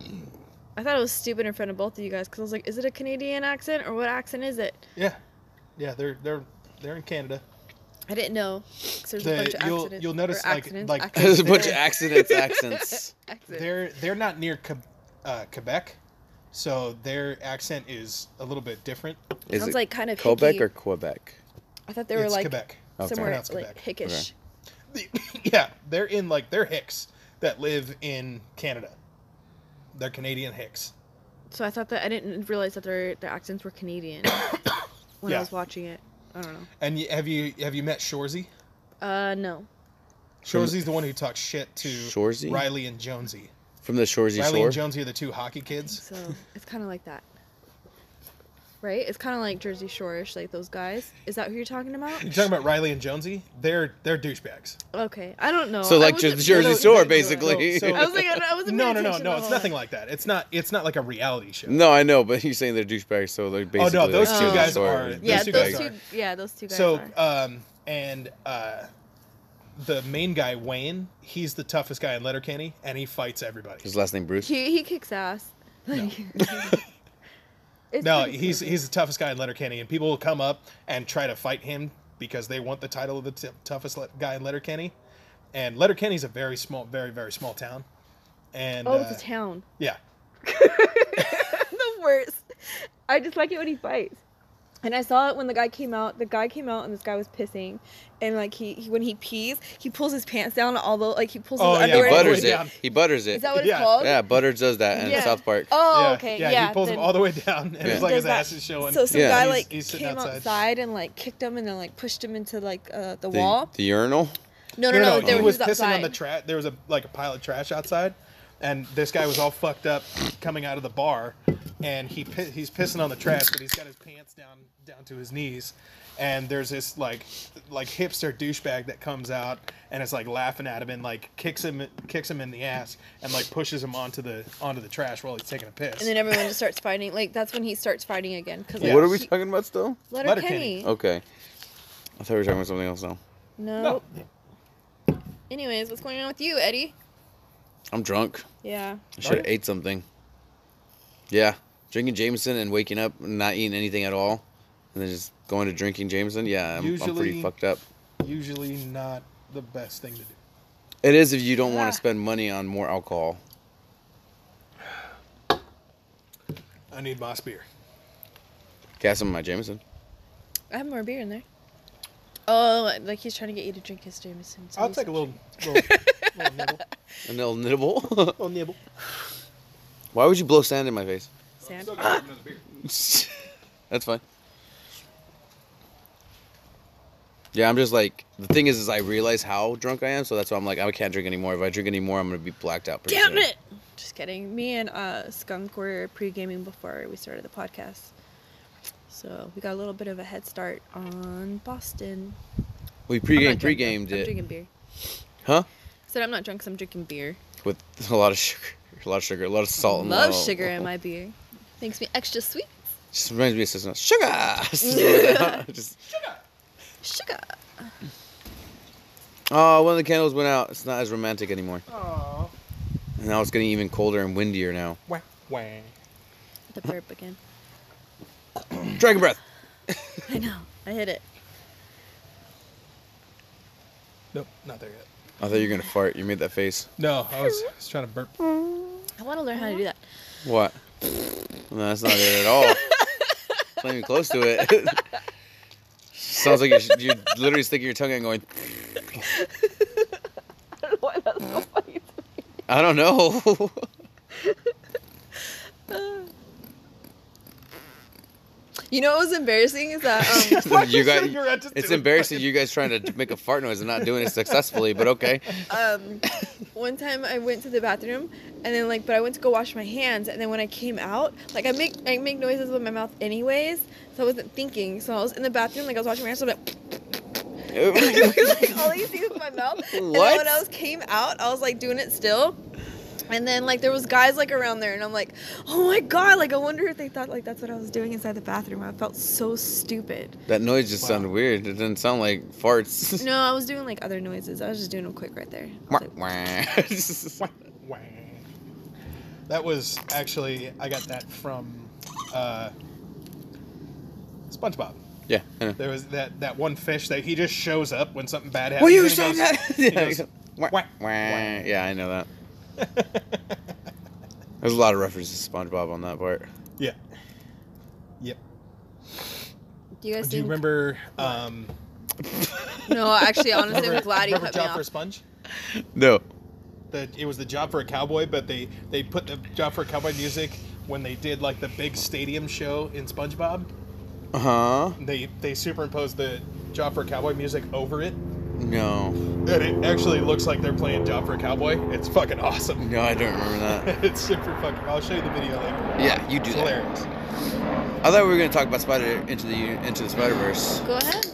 Speaker 2: I thought it was stupid in front of both of you guys because I was like, is it a Canadian accent or what accent is it?
Speaker 1: Yeah, yeah, they're they're they're in Canada.
Speaker 2: I didn't know. 'cause there's
Speaker 1: The-
Speaker 2: a bunch of
Speaker 1: you'll-
Speaker 2: accidents.
Speaker 1: you'll notice,
Speaker 2: or
Speaker 1: like-
Speaker 2: accidents,
Speaker 1: like-
Speaker 2: accidents.
Speaker 3: There's a bunch of accidents, accents.
Speaker 2: Accidents.
Speaker 1: They're they're not near Que- uh, Quebec, so their accent is a little bit different.
Speaker 3: Is
Speaker 2: Sounds
Speaker 3: it
Speaker 2: like kind of
Speaker 3: Quebec
Speaker 2: hickey.
Speaker 3: or Quebec?
Speaker 2: I thought they were
Speaker 1: it's
Speaker 2: like
Speaker 1: Quebec.
Speaker 3: Okay.
Speaker 2: somewhere
Speaker 1: Pronounce
Speaker 2: like
Speaker 1: Quebec.
Speaker 2: hickish.
Speaker 1: yeah, they're in like they're Hicks that live in Canada. They're Canadian Hicks.
Speaker 2: So I thought that I didn't realize that their their accents were Canadian when
Speaker 1: Yeah.
Speaker 2: I was watching it. I don't know.
Speaker 1: And you, have you have you met Shorzy?
Speaker 2: Uh, no.
Speaker 1: Shorzy's the one who talks shit to
Speaker 3: Shorzy?
Speaker 1: Riley and Jonesy.
Speaker 3: From the Shoresy
Speaker 1: Riley
Speaker 3: Shore?
Speaker 1: and Jonesy are the two hockey kids.
Speaker 2: So it's kind of like that. right? It's kind of like Jersey Shore-ish, like those guys. Is that who you're talking about?
Speaker 1: You talking about Riley and Jonesy? They're they're douchebags.
Speaker 2: Okay, I don't know.
Speaker 3: So
Speaker 2: I
Speaker 3: like
Speaker 2: wasn't-
Speaker 3: Jer- Jersey
Speaker 1: no,
Speaker 3: Shore,
Speaker 1: no, no,
Speaker 3: basically.
Speaker 1: no, so-
Speaker 2: I was like, I don't- I wasn't.
Speaker 1: No,
Speaker 2: paying
Speaker 1: no, no,
Speaker 2: attention
Speaker 1: no.
Speaker 2: the
Speaker 1: It's
Speaker 2: whole-
Speaker 1: nothing like that. It's not. It's not like a reality show.
Speaker 3: no, I know, but you're saying they're douchebags, so they're
Speaker 1: Oh, no,
Speaker 3: basically.
Speaker 1: those
Speaker 2: two guys
Speaker 1: are-
Speaker 2: Yeah,
Speaker 1: Those two
Speaker 2: those
Speaker 1: guys
Speaker 2: two. Yeah, those two guys.
Speaker 1: so,
Speaker 2: are.
Speaker 1: um, and uh, the main guy Wayne, he's the toughest guy in Letterkenny, and he fights everybody.
Speaker 3: His last name Bruce.
Speaker 2: he he kicks ass. It's
Speaker 1: No,
Speaker 2: pretty
Speaker 1: he's
Speaker 2: crazy.
Speaker 1: he's the toughest guy in Letterkenny, and people will come up and try to fight him because they want the title of the t- toughest le- guy in Letterkenny. And Letterkenny's a very small, very very small town, and
Speaker 2: Oh, it's
Speaker 1: uh,
Speaker 2: a town.
Speaker 1: yeah,
Speaker 2: the worst. I just like it when he fights. And I saw it when the guy came out. The guy came out and this guy was pissing, and like he, he when he pees, he pulls his pants down. Although like he pulls his
Speaker 1: Oh, yeah,
Speaker 2: underwear.
Speaker 3: He butters
Speaker 1: way
Speaker 3: it.
Speaker 1: down.
Speaker 3: He butters it.
Speaker 2: Is that what
Speaker 1: Yeah.
Speaker 2: it's called?
Speaker 3: yeah, Butters does that in
Speaker 2: Yeah.
Speaker 3: South Park.
Speaker 2: Oh,
Speaker 1: yeah,
Speaker 2: okay.
Speaker 1: yeah,
Speaker 2: Yeah.
Speaker 1: he pulls
Speaker 2: then-
Speaker 1: him all the way down, and
Speaker 3: Yeah.
Speaker 1: it's like
Speaker 2: does
Speaker 1: his
Speaker 2: that.
Speaker 1: ass is showing.
Speaker 2: So some
Speaker 3: Yeah.
Speaker 2: guy
Speaker 1: He's-
Speaker 2: like
Speaker 1: he's sitting
Speaker 2: came outside. and like kicked him and then like pushed him into like uh, the,
Speaker 3: The,
Speaker 2: wall.
Speaker 3: the urinal.
Speaker 2: No, no,
Speaker 1: no,
Speaker 2: no. there-
Speaker 1: he was, pissing
Speaker 2: outside.
Speaker 1: on the trash. There was a like a pile of trash outside, and this guy was all fucked up coming out of the bar, and he pi- he's pissing on the trash, but he's got his pants down down to his knees, and there's this like like hipster douchebag that comes out and is like laughing at him and like kicks him kicks him in the ass and like pushes him onto the onto the trash while he's taking a piss.
Speaker 2: And then everyone just starts fighting. Like that's when he starts fighting again. Cause
Speaker 1: Yeah.
Speaker 3: What are we
Speaker 2: he-
Speaker 3: talking about still?
Speaker 2: Letterkenny.
Speaker 3: Okay. I thought we were talking about something else now.
Speaker 2: No.
Speaker 1: no,
Speaker 2: Anyways, what's going on with you, Eddie?
Speaker 3: I'm drunk.
Speaker 2: Yeah.
Speaker 3: I should have
Speaker 1: you?
Speaker 3: ate something. Yeah. Drinking Jameson and waking up and not eating anything at all. And then just going to drinking Jameson. Yeah, I'm, I'm pretty
Speaker 1: Usually-
Speaker 3: fucked up.
Speaker 2: Oh.
Speaker 1: usually not the best thing to do.
Speaker 3: It is if you don't want
Speaker 2: Ah.
Speaker 3: to spend money on more alcohol.
Speaker 1: I need Moss beer.
Speaker 3: Got some of my Jameson.
Speaker 2: I have more beer in there. Oh, like he's trying to get you to drink his Jameson. so
Speaker 1: I'll
Speaker 2: he's-
Speaker 1: take a little little, little nibble.
Speaker 3: An little nibble.
Speaker 1: Little nibble.
Speaker 3: Why would you blow sand in my face?
Speaker 2: Sand.
Speaker 3: That's fine. Yeah, I'm just like the thing is, is I realize how drunk I am, so that's why I'm like I can't drink anymore. If I drink anymore, I'm gonna be blacked out. pretty
Speaker 2: Damn
Speaker 3: soon.
Speaker 2: it! Just kidding. Me and uh, Skunk were pre gaming before we started the podcast. So we got a little bit of a head start on Boston.
Speaker 3: We
Speaker 2: I'm
Speaker 3: pregame
Speaker 2: not drunk, though.
Speaker 3: pregamed
Speaker 2: I'm
Speaker 3: it,
Speaker 2: drinking beer.
Speaker 3: huh?
Speaker 2: I said I'm not drunk, so I'm drinking beer.
Speaker 3: With a lot of sugar, a lot of sugar, a lot of salt. and a
Speaker 2: Love
Speaker 3: lot of-
Speaker 2: sugar in my beer. Makes me extra sweet.
Speaker 3: Just reminds me of something. Sugar. just,
Speaker 2: Sugar.
Speaker 3: oh, one of the candles went out. It's not as romantic anymore.
Speaker 1: Aww.
Speaker 3: And now it's getting even colder and windier now.
Speaker 1: Wah, wah.
Speaker 2: The burp again.
Speaker 3: Dragon breath.
Speaker 2: I know. I hit it.
Speaker 1: Nope, not there yet.
Speaker 3: I thought you were gonna fart. You made that face.
Speaker 1: No, I was, I was trying to burp.
Speaker 2: I want to learn how to do that.
Speaker 3: What? No, that's not it at all. It's not even close to it. Sounds like you're, you're literally sticking your tongue out and going.
Speaker 2: I don't know why that's so funny.
Speaker 3: I don't know.
Speaker 2: You know what was embarrassing is that um,
Speaker 3: you guys,
Speaker 1: You're at just
Speaker 3: it's
Speaker 1: doing
Speaker 3: embarrassing you guys trying to make a fart noise and not doing it successfully. But okay,
Speaker 2: um, one time I went to the bathroom and then like, but I went to go wash my hands and then when I came out, like I make I make noises with my mouth anyways, so I wasn't thinking. So I was in the bathroom, like I was washing my hands, so I'm like, like all you see is my mouth. And then
Speaker 3: What?
Speaker 2: when I was came out, I was like doing it still. And then like there was guys like around there, and I'm like, oh my god, like I wonder if they thought like that's what I was doing inside the bathroom. I felt so stupid.
Speaker 3: that noise just
Speaker 1: Wow.
Speaker 3: sounded weird. It didn't sound like farts.
Speaker 2: No, I was doing like other noises. I was just doing them quick right there. I
Speaker 3: Wah,
Speaker 2: was like,
Speaker 3: wah.
Speaker 1: Wah, wah. That was actually I got that from uh, SpongeBob.
Speaker 3: yeah. I know.
Speaker 1: There was that, that one fish that he just shows up when something bad happens.
Speaker 3: Will you
Speaker 1: and he
Speaker 3: stop
Speaker 1: goes-
Speaker 3: that?
Speaker 1: he
Speaker 3: Yeah,
Speaker 1: goes,
Speaker 3: wah,
Speaker 1: wah,
Speaker 3: wah.
Speaker 1: wah.
Speaker 3: yeah, I know that. There's a lot of references to SpongeBob on that part.
Speaker 1: Yeah. Yep.
Speaker 2: Do you guys
Speaker 1: Oh, Do you
Speaker 2: think-
Speaker 1: remember? Um,
Speaker 2: No, actually, honestly, I'm
Speaker 1: remember,
Speaker 2: glad you
Speaker 1: remember
Speaker 2: cut me
Speaker 1: Job for
Speaker 2: off.
Speaker 1: Sponge?
Speaker 3: No.
Speaker 1: the it was the job for a cowboy, but they they put the job for a cowboy music when they did like the big stadium show in SpongeBob.
Speaker 3: Uh huh.
Speaker 1: They they superimposed the job for a cowboy music over it,
Speaker 3: No.
Speaker 1: and it actually looks like they're playing job for a cowboy. It's fucking awesome.
Speaker 3: No, I don't remember that.
Speaker 1: it's super fucking. I'll show you the video later.
Speaker 3: Yeah, you do
Speaker 1: It's hilarious.
Speaker 3: I thought we were gonna talk about Spider into the U- into the Spider Verse.
Speaker 2: Go ahead.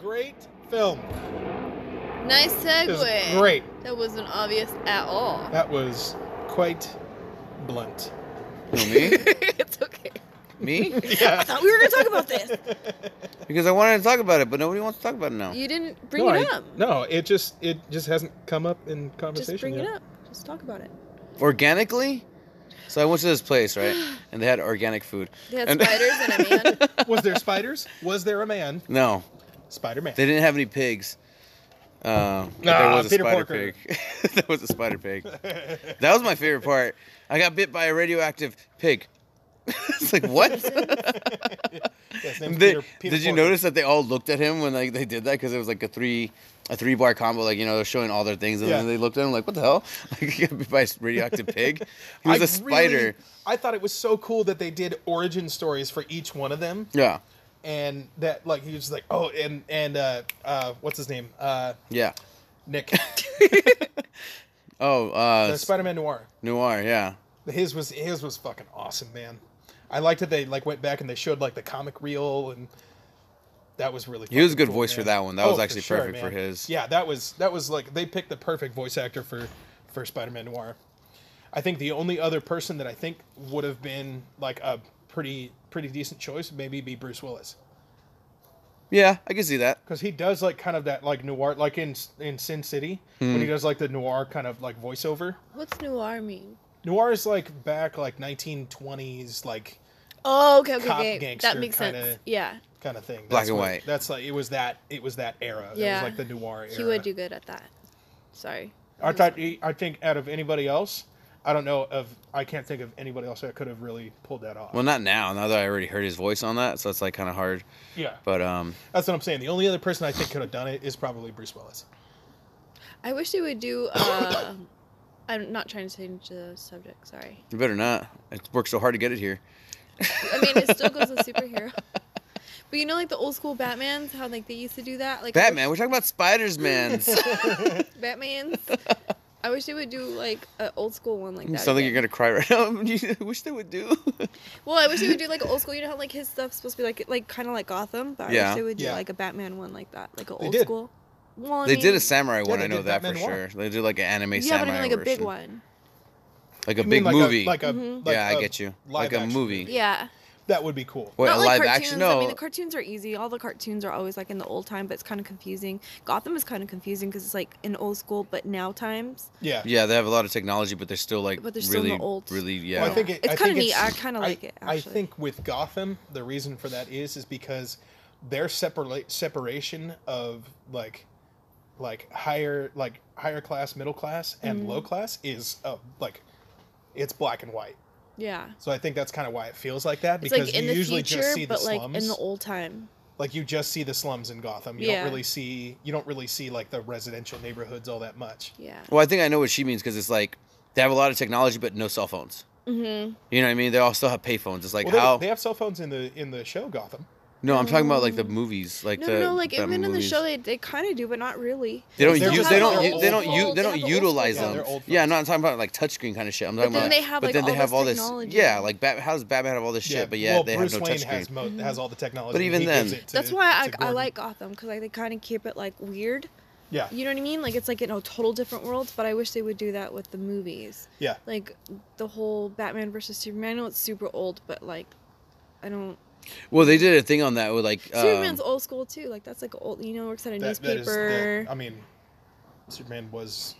Speaker 1: Great film.
Speaker 2: Nice segue.
Speaker 1: great.
Speaker 2: That wasn't obvious at all.
Speaker 1: That was quite blunt.
Speaker 3: me?
Speaker 2: it's okay.
Speaker 3: me?
Speaker 2: I thought we were gonna talk about this.
Speaker 3: Because I wanted to talk about it, but nobody wants to talk about it now.
Speaker 2: You didn't bring
Speaker 1: no,
Speaker 2: it
Speaker 1: I-
Speaker 2: up.
Speaker 1: no, it just it just hasn't come up in conversation.
Speaker 2: Just bring
Speaker 1: yet.
Speaker 2: it up. Just talk about it.
Speaker 3: Organically? So I went to this place, right? And they had organic food.
Speaker 2: They had
Speaker 3: And-
Speaker 2: spiders and a man.
Speaker 1: Was there spiders? Was there a man?
Speaker 3: no,
Speaker 1: Spider Man.
Speaker 3: they didn't have any pigs. Uh, but there
Speaker 1: Ah,
Speaker 3: was a
Speaker 1: Peter
Speaker 3: spider
Speaker 1: Porker.
Speaker 3: pig. there was a spider pig. That was my favorite part. I got bit by a radioactive pig. it's like what?
Speaker 1: Yes, name's
Speaker 3: They-
Speaker 1: Peter- Peter
Speaker 3: did you
Speaker 1: Porker.
Speaker 3: notice that they all looked at him when like they did that because it was like a three a three bar combo like you know they're showing all their things and then
Speaker 1: Yeah.
Speaker 3: they looked at him like what the hell like you got bit by a radioactive pig he was
Speaker 1: I
Speaker 3: a spider
Speaker 1: really- I thought it was so cool that they did origin stories for each one of them,
Speaker 3: yeah
Speaker 1: and that like he was like, oh, and and uh, uh, what's his name? Uh,
Speaker 3: yeah
Speaker 1: Nick,
Speaker 3: oh uh
Speaker 1: the Spider Man Noir.
Speaker 3: noir yeah
Speaker 1: His was his was fucking awesome, man. I liked that they like went back and they showed like the comic reel, and that was really.
Speaker 3: he was a
Speaker 1: fucking
Speaker 3: good
Speaker 1: cool,
Speaker 3: voice for
Speaker 1: man.
Speaker 3: that one that
Speaker 1: Oh,
Speaker 3: was
Speaker 1: for
Speaker 3: actually
Speaker 1: sure,
Speaker 3: perfect for
Speaker 1: man.
Speaker 3: his
Speaker 1: Yeah, that was that was like they picked the perfect voice actor for for Spider-Man Noir. I think the only other person that I think would have been like a pretty pretty decent choice would maybe be Bruce Willis
Speaker 3: yeah I can see that
Speaker 1: because he does like kind of that like noir like in in Sin City when
Speaker 3: Hmm.
Speaker 1: he does like the noir kind of like voiceover.
Speaker 2: What's noir mean?
Speaker 1: Noir is like back like 1920s like
Speaker 2: Oh, okay, okay,
Speaker 1: Cop
Speaker 2: okay.
Speaker 1: gangster
Speaker 2: That makes sense.
Speaker 1: kinda-
Speaker 2: Yeah,
Speaker 1: kind of thing. That's
Speaker 3: Black and
Speaker 1: what-
Speaker 3: white.
Speaker 1: That's like it was that it was that era. Yeah,
Speaker 2: Yeah.
Speaker 1: it was like the noir era.
Speaker 2: he would do good at that. Sorry.
Speaker 1: I thought I think out of anybody else, I don't know of I can't think of anybody else that could have really pulled that off.
Speaker 3: well not now now that I already heard his voice on that so it's like kind of hard
Speaker 1: yeah,
Speaker 3: but um
Speaker 1: that's what I'm saying. The only other person I think could have done it is probably Bruce Willis.
Speaker 2: I wish they would do. Uh, I'm not trying to change the subject. Sorry.
Speaker 3: you better not it worked so hard to get it here
Speaker 2: I mean, it still goes with superhero. But you know, like the old school Batman's, how like they used to do that, like
Speaker 3: Batman we're talking about spiders man's
Speaker 2: Batman's. I wish they would do like an old school one like that.
Speaker 3: something
Speaker 2: again.
Speaker 3: you're gonna cry right now I wish they would do.
Speaker 2: Well, I wish they would do like an old school. You know how like his stuff's supposed to be like like kind of like Gotham, but I
Speaker 3: Yeah.
Speaker 2: wish they would do
Speaker 1: Yeah.
Speaker 2: like a Batman one like that, like an
Speaker 1: They
Speaker 2: old
Speaker 1: did.
Speaker 2: school. Well, I
Speaker 3: They did
Speaker 2: mean,
Speaker 3: a samurai one.
Speaker 1: they
Speaker 3: I know
Speaker 1: did
Speaker 3: that
Speaker 1: Batman
Speaker 3: for
Speaker 1: Noir.
Speaker 3: sure. They did like an anime
Speaker 2: Yeah, but I
Speaker 3: samurai
Speaker 2: mean like a big
Speaker 3: version.
Speaker 2: one.
Speaker 3: like a
Speaker 1: You
Speaker 3: big
Speaker 1: mean like
Speaker 3: movie.
Speaker 1: a, like a
Speaker 2: Mhm.
Speaker 1: like
Speaker 3: yeah, I
Speaker 1: I
Speaker 3: get you.
Speaker 1: live
Speaker 3: Like a
Speaker 1: action
Speaker 3: movie.
Speaker 2: Yeah.
Speaker 1: That would be cool.
Speaker 3: Wait,
Speaker 2: Not
Speaker 3: a
Speaker 2: like
Speaker 3: live
Speaker 2: cartoons.
Speaker 3: action?
Speaker 2: I
Speaker 3: No,
Speaker 2: mean, the cartoons are easy. All the cartoons are always like in the old time, but it's kind of confusing. Gotham is kind of confusing because it's like in old school, but now times.
Speaker 1: Yeah,
Speaker 3: yeah, they have a lot of technology, but they're still like
Speaker 2: But they're still in
Speaker 3: really,
Speaker 2: the old-
Speaker 3: really, yeah.
Speaker 1: Well, I think it,
Speaker 2: It's
Speaker 1: I
Speaker 2: kinda
Speaker 1: think
Speaker 2: neat. I kinda
Speaker 1: I-
Speaker 2: like it,
Speaker 1: I
Speaker 2: actually.
Speaker 1: think with Gotham, the reason for that is is because their separate separation of like like higher like higher class, middle class, and
Speaker 2: Mm-hmm.
Speaker 1: low class is uh, like it's black and white.
Speaker 2: Yeah.
Speaker 1: So I think that's kind of why it feels like that
Speaker 2: It's
Speaker 1: because
Speaker 2: like in
Speaker 1: you
Speaker 2: the
Speaker 1: usually
Speaker 2: future,
Speaker 1: just see the
Speaker 2: but like
Speaker 1: slums.
Speaker 2: in the old time.
Speaker 1: like you just see the slums in Gotham. You
Speaker 2: Yeah.
Speaker 1: don't really see you don't really see like the residential neighborhoods all that much.
Speaker 2: Yeah.
Speaker 3: well, I think I know what she means because it's like they have a lot of technology, but no cell phones.
Speaker 2: Mm-hmm.
Speaker 3: You know what I mean? They all still have payphones. It's like
Speaker 1: Well, they,
Speaker 3: how?
Speaker 1: they have cell phones in the in the show Gotham.
Speaker 3: no, I'm talking about like the movies, like
Speaker 2: No,
Speaker 3: the
Speaker 2: no, no, like
Speaker 3: Batman
Speaker 2: even in the
Speaker 3: movies.
Speaker 2: show, they, they kind of do, but not really.
Speaker 3: They don't
Speaker 1: They're
Speaker 3: use.
Speaker 1: just
Speaker 3: They
Speaker 1: like
Speaker 3: don't.
Speaker 1: they're
Speaker 3: u- They don't.
Speaker 1: old
Speaker 3: u- They
Speaker 2: phones.
Speaker 3: don't
Speaker 2: They have the old
Speaker 3: utilize
Speaker 1: phones. Yeah,
Speaker 3: them.
Speaker 1: they're old
Speaker 3: Yeah,
Speaker 1: phones.
Speaker 3: no, I'm talking about like touchscreen kind of shit. I'm
Speaker 2: But
Speaker 3: talking
Speaker 2: then
Speaker 3: about.
Speaker 2: they have,
Speaker 3: but
Speaker 2: like,
Speaker 3: then they
Speaker 2: all
Speaker 3: have
Speaker 2: this
Speaker 3: all this.
Speaker 2: technology.
Speaker 3: Yeah, like Bat, how does Batman have all this shit? But yeah,
Speaker 1: well,
Speaker 3: they
Speaker 1: Bruce
Speaker 3: have no
Speaker 1: Wayne
Speaker 3: touchscreen.
Speaker 1: has mo- has all the technology.
Speaker 3: But
Speaker 1: and
Speaker 3: even
Speaker 1: he gives
Speaker 3: then-
Speaker 1: it to-
Speaker 2: That's why
Speaker 1: to
Speaker 2: I, I
Speaker 1: Gordon.
Speaker 2: like Gotham because like they kind of keep it like weird.
Speaker 1: Yeah,
Speaker 2: You know what I mean? Like it's like in a total different world. But I wish they would do that with the movies.
Speaker 1: yeah.
Speaker 2: Like the whole Batman versus Superman. I know it's super old, but like I don't.
Speaker 3: Well, they did a thing on that with like. Um,
Speaker 2: Superman's old school too. Like that's like old. You know, works at a
Speaker 1: That- that is the-
Speaker 2: newspaper.
Speaker 1: I mean, Superman was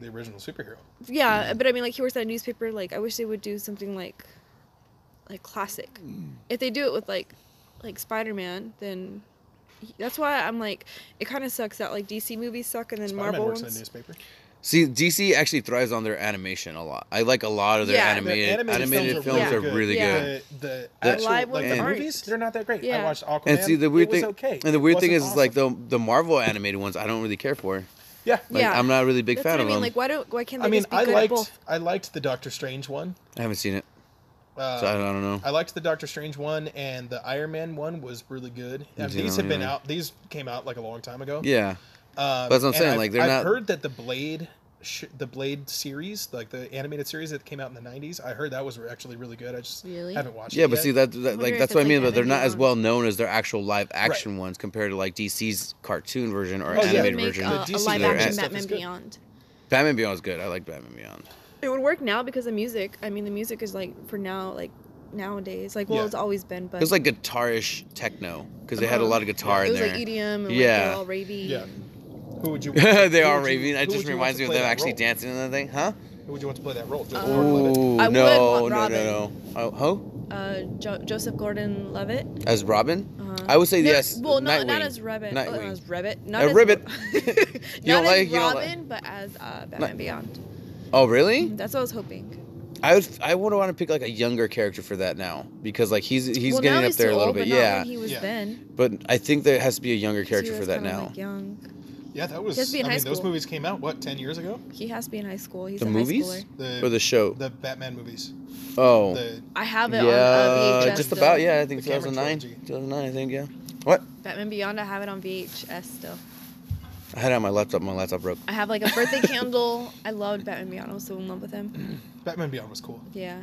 Speaker 1: the original superhero.
Speaker 2: yeah, but I mean, like he works at a newspaper. Like I wish they would do something like, like classic.
Speaker 1: Mm.
Speaker 2: If they do it with like, like Spider Man, then he- that's why I'm like, it kind of sucks that like DC movies suck and then
Speaker 1: Spider-Man
Speaker 2: Marvel
Speaker 1: works in a
Speaker 2: ones.
Speaker 1: newspaper.
Speaker 3: see, DC actually thrives on their animation a lot. I like a lot of their
Speaker 2: Yeah. Their
Speaker 3: animated
Speaker 1: The
Speaker 3: animated, films, are really
Speaker 2: Yeah.
Speaker 3: good.
Speaker 1: The, the
Speaker 3: The-
Speaker 1: actual,
Speaker 2: Live
Speaker 1: like,
Speaker 2: ones
Speaker 1: the
Speaker 2: aren't.
Speaker 1: movies, they're not that great.
Speaker 2: Yeah.
Speaker 1: I watched Aquaman.
Speaker 3: And see the weird
Speaker 1: it was
Speaker 3: thing,
Speaker 1: okay.
Speaker 3: and the weird
Speaker 1: It
Speaker 3: thing is,
Speaker 1: wasn't
Speaker 3: is like the the Marvel animated ones, I don't really care for.
Speaker 1: awesome. yeah.
Speaker 3: Like,
Speaker 2: Yeah.
Speaker 3: I'm not a really big
Speaker 2: That's
Speaker 3: fan
Speaker 2: what I
Speaker 3: of
Speaker 2: mean.
Speaker 3: them.
Speaker 2: Like why don't why can't they
Speaker 1: I mean,
Speaker 2: just be
Speaker 1: I
Speaker 2: good at
Speaker 1: liked
Speaker 2: both?
Speaker 1: I liked the Doctor Strange one.
Speaker 3: I haven't seen it,
Speaker 1: Uh,
Speaker 3: so I don't, I don't know.
Speaker 1: I liked the Doctor Strange one and the Iron Man one was really good. And
Speaker 3: Yeah,
Speaker 1: these have been
Speaker 3: yeah.
Speaker 1: out; these came out like a long time ago.
Speaker 3: yeah,
Speaker 1: Um,
Speaker 3: That's what I'm
Speaker 1: and
Speaker 3: saying,
Speaker 1: I've-
Speaker 3: like, they're
Speaker 1: I've
Speaker 3: not-
Speaker 1: heard that the Blade sh- the Blade series, like the animated series that came out in the '90s. I heard that was actually really good. I just
Speaker 2: Really?
Speaker 1: haven't watched.
Speaker 3: Yeah,
Speaker 1: it
Speaker 3: but
Speaker 1: yet.
Speaker 3: see that, that
Speaker 2: wonder
Speaker 3: like
Speaker 2: if
Speaker 3: that's what I
Speaker 2: it's,
Speaker 3: mean.
Speaker 2: like,
Speaker 3: but they're not as
Speaker 2: animated on-
Speaker 3: well known as their actual live action ones compared to like DC's cartoon version or
Speaker 1: Oh, yeah.
Speaker 3: animated
Speaker 2: make
Speaker 3: version.
Speaker 1: The
Speaker 2: uh, a
Speaker 1: DC
Speaker 2: live
Speaker 3: They're at-
Speaker 2: action
Speaker 1: stuff is
Speaker 2: Batman
Speaker 1: good.
Speaker 2: Beyond.
Speaker 3: Batman Beyond is good. I like Batman Beyond.
Speaker 2: It would work now because of music. I mean, the music is like for now, like nowadays. Like well,
Speaker 1: Yeah.
Speaker 2: it's always been, but Uh-huh.
Speaker 3: It was like guitarish techno because they had a lot of guitar
Speaker 2: it
Speaker 3: in
Speaker 2: was
Speaker 3: there.
Speaker 2: like EDM and like
Speaker 3: Yeah.
Speaker 2: they're all ravey.
Speaker 1: Yeah. Who would you?
Speaker 3: they
Speaker 1: who
Speaker 3: are
Speaker 1: would you-
Speaker 3: raving. It
Speaker 1: who
Speaker 3: just
Speaker 1: would you want
Speaker 3: reminds
Speaker 1: to
Speaker 3: me of
Speaker 1: play
Speaker 3: them
Speaker 1: that
Speaker 3: actually
Speaker 1: role?
Speaker 3: dancing and that thing, huh?
Speaker 1: Who would you want to play that role? Joseph
Speaker 2: Um,
Speaker 1: Gordon-Levitt.
Speaker 3: Ooh,
Speaker 2: I would want
Speaker 3: no, no, no,
Speaker 2: Robin.
Speaker 3: no. Oh, ho?
Speaker 2: Uh, jo- Joseph Gordon-Levitt.
Speaker 3: As Robin?
Speaker 2: Uh-huh.
Speaker 3: I would say
Speaker 2: No,
Speaker 3: yes.
Speaker 2: Well, not, not
Speaker 3: Nightwing.
Speaker 2: as Rabbit. uh, Not
Speaker 3: Nightwing.
Speaker 2: as Rabbit. Not
Speaker 3: A
Speaker 2: as
Speaker 3: ribbit.
Speaker 2: you
Speaker 3: You don't
Speaker 2: not
Speaker 3: like-
Speaker 2: as
Speaker 3: you don't like-
Speaker 2: Robin, but as uh, Batman
Speaker 3: Night-
Speaker 2: Beyond.
Speaker 3: Oh, really?
Speaker 2: That's what I was hoping.
Speaker 3: I would. I would want to pick like a younger character for that now because like he's he's
Speaker 2: well, now
Speaker 3: getting up
Speaker 2: he's
Speaker 3: there
Speaker 2: too
Speaker 3: a little
Speaker 2: old, but
Speaker 3: bit.
Speaker 2: not
Speaker 3: Yeah,
Speaker 2: when he was
Speaker 1: Yeah.
Speaker 2: then.
Speaker 3: but I think there has to be a younger
Speaker 2: 'cause
Speaker 3: character
Speaker 2: he
Speaker 3: for
Speaker 2: was
Speaker 3: that
Speaker 2: kinda,
Speaker 3: now.
Speaker 2: Like young.
Speaker 1: Yeah, that was.
Speaker 2: He has to be in
Speaker 1: I
Speaker 2: high
Speaker 1: mean, those
Speaker 2: school.
Speaker 1: movies came out what ten years ago?
Speaker 2: He has to be in high school. He's
Speaker 3: The
Speaker 2: a
Speaker 3: movies?
Speaker 2: high schooler.
Speaker 1: The
Speaker 3: Or the show.
Speaker 1: the Batman movies.
Speaker 3: oh,
Speaker 1: The
Speaker 2: I have it
Speaker 3: yeah,
Speaker 2: on uh, VHS.
Speaker 3: just
Speaker 2: still.
Speaker 3: about. Yeah, I think
Speaker 1: The Cameron
Speaker 3: 2009,
Speaker 1: trilogy.
Speaker 3: 2009. I think yeah. What?
Speaker 2: Batman Beyond. I have it on VHS still.
Speaker 3: I had it on my laptop. My laptop broke.
Speaker 2: I have like a birthday candle. I loved Batman Beyond. I was so in love with him.
Speaker 1: Batman Beyond was cool.
Speaker 2: Yeah.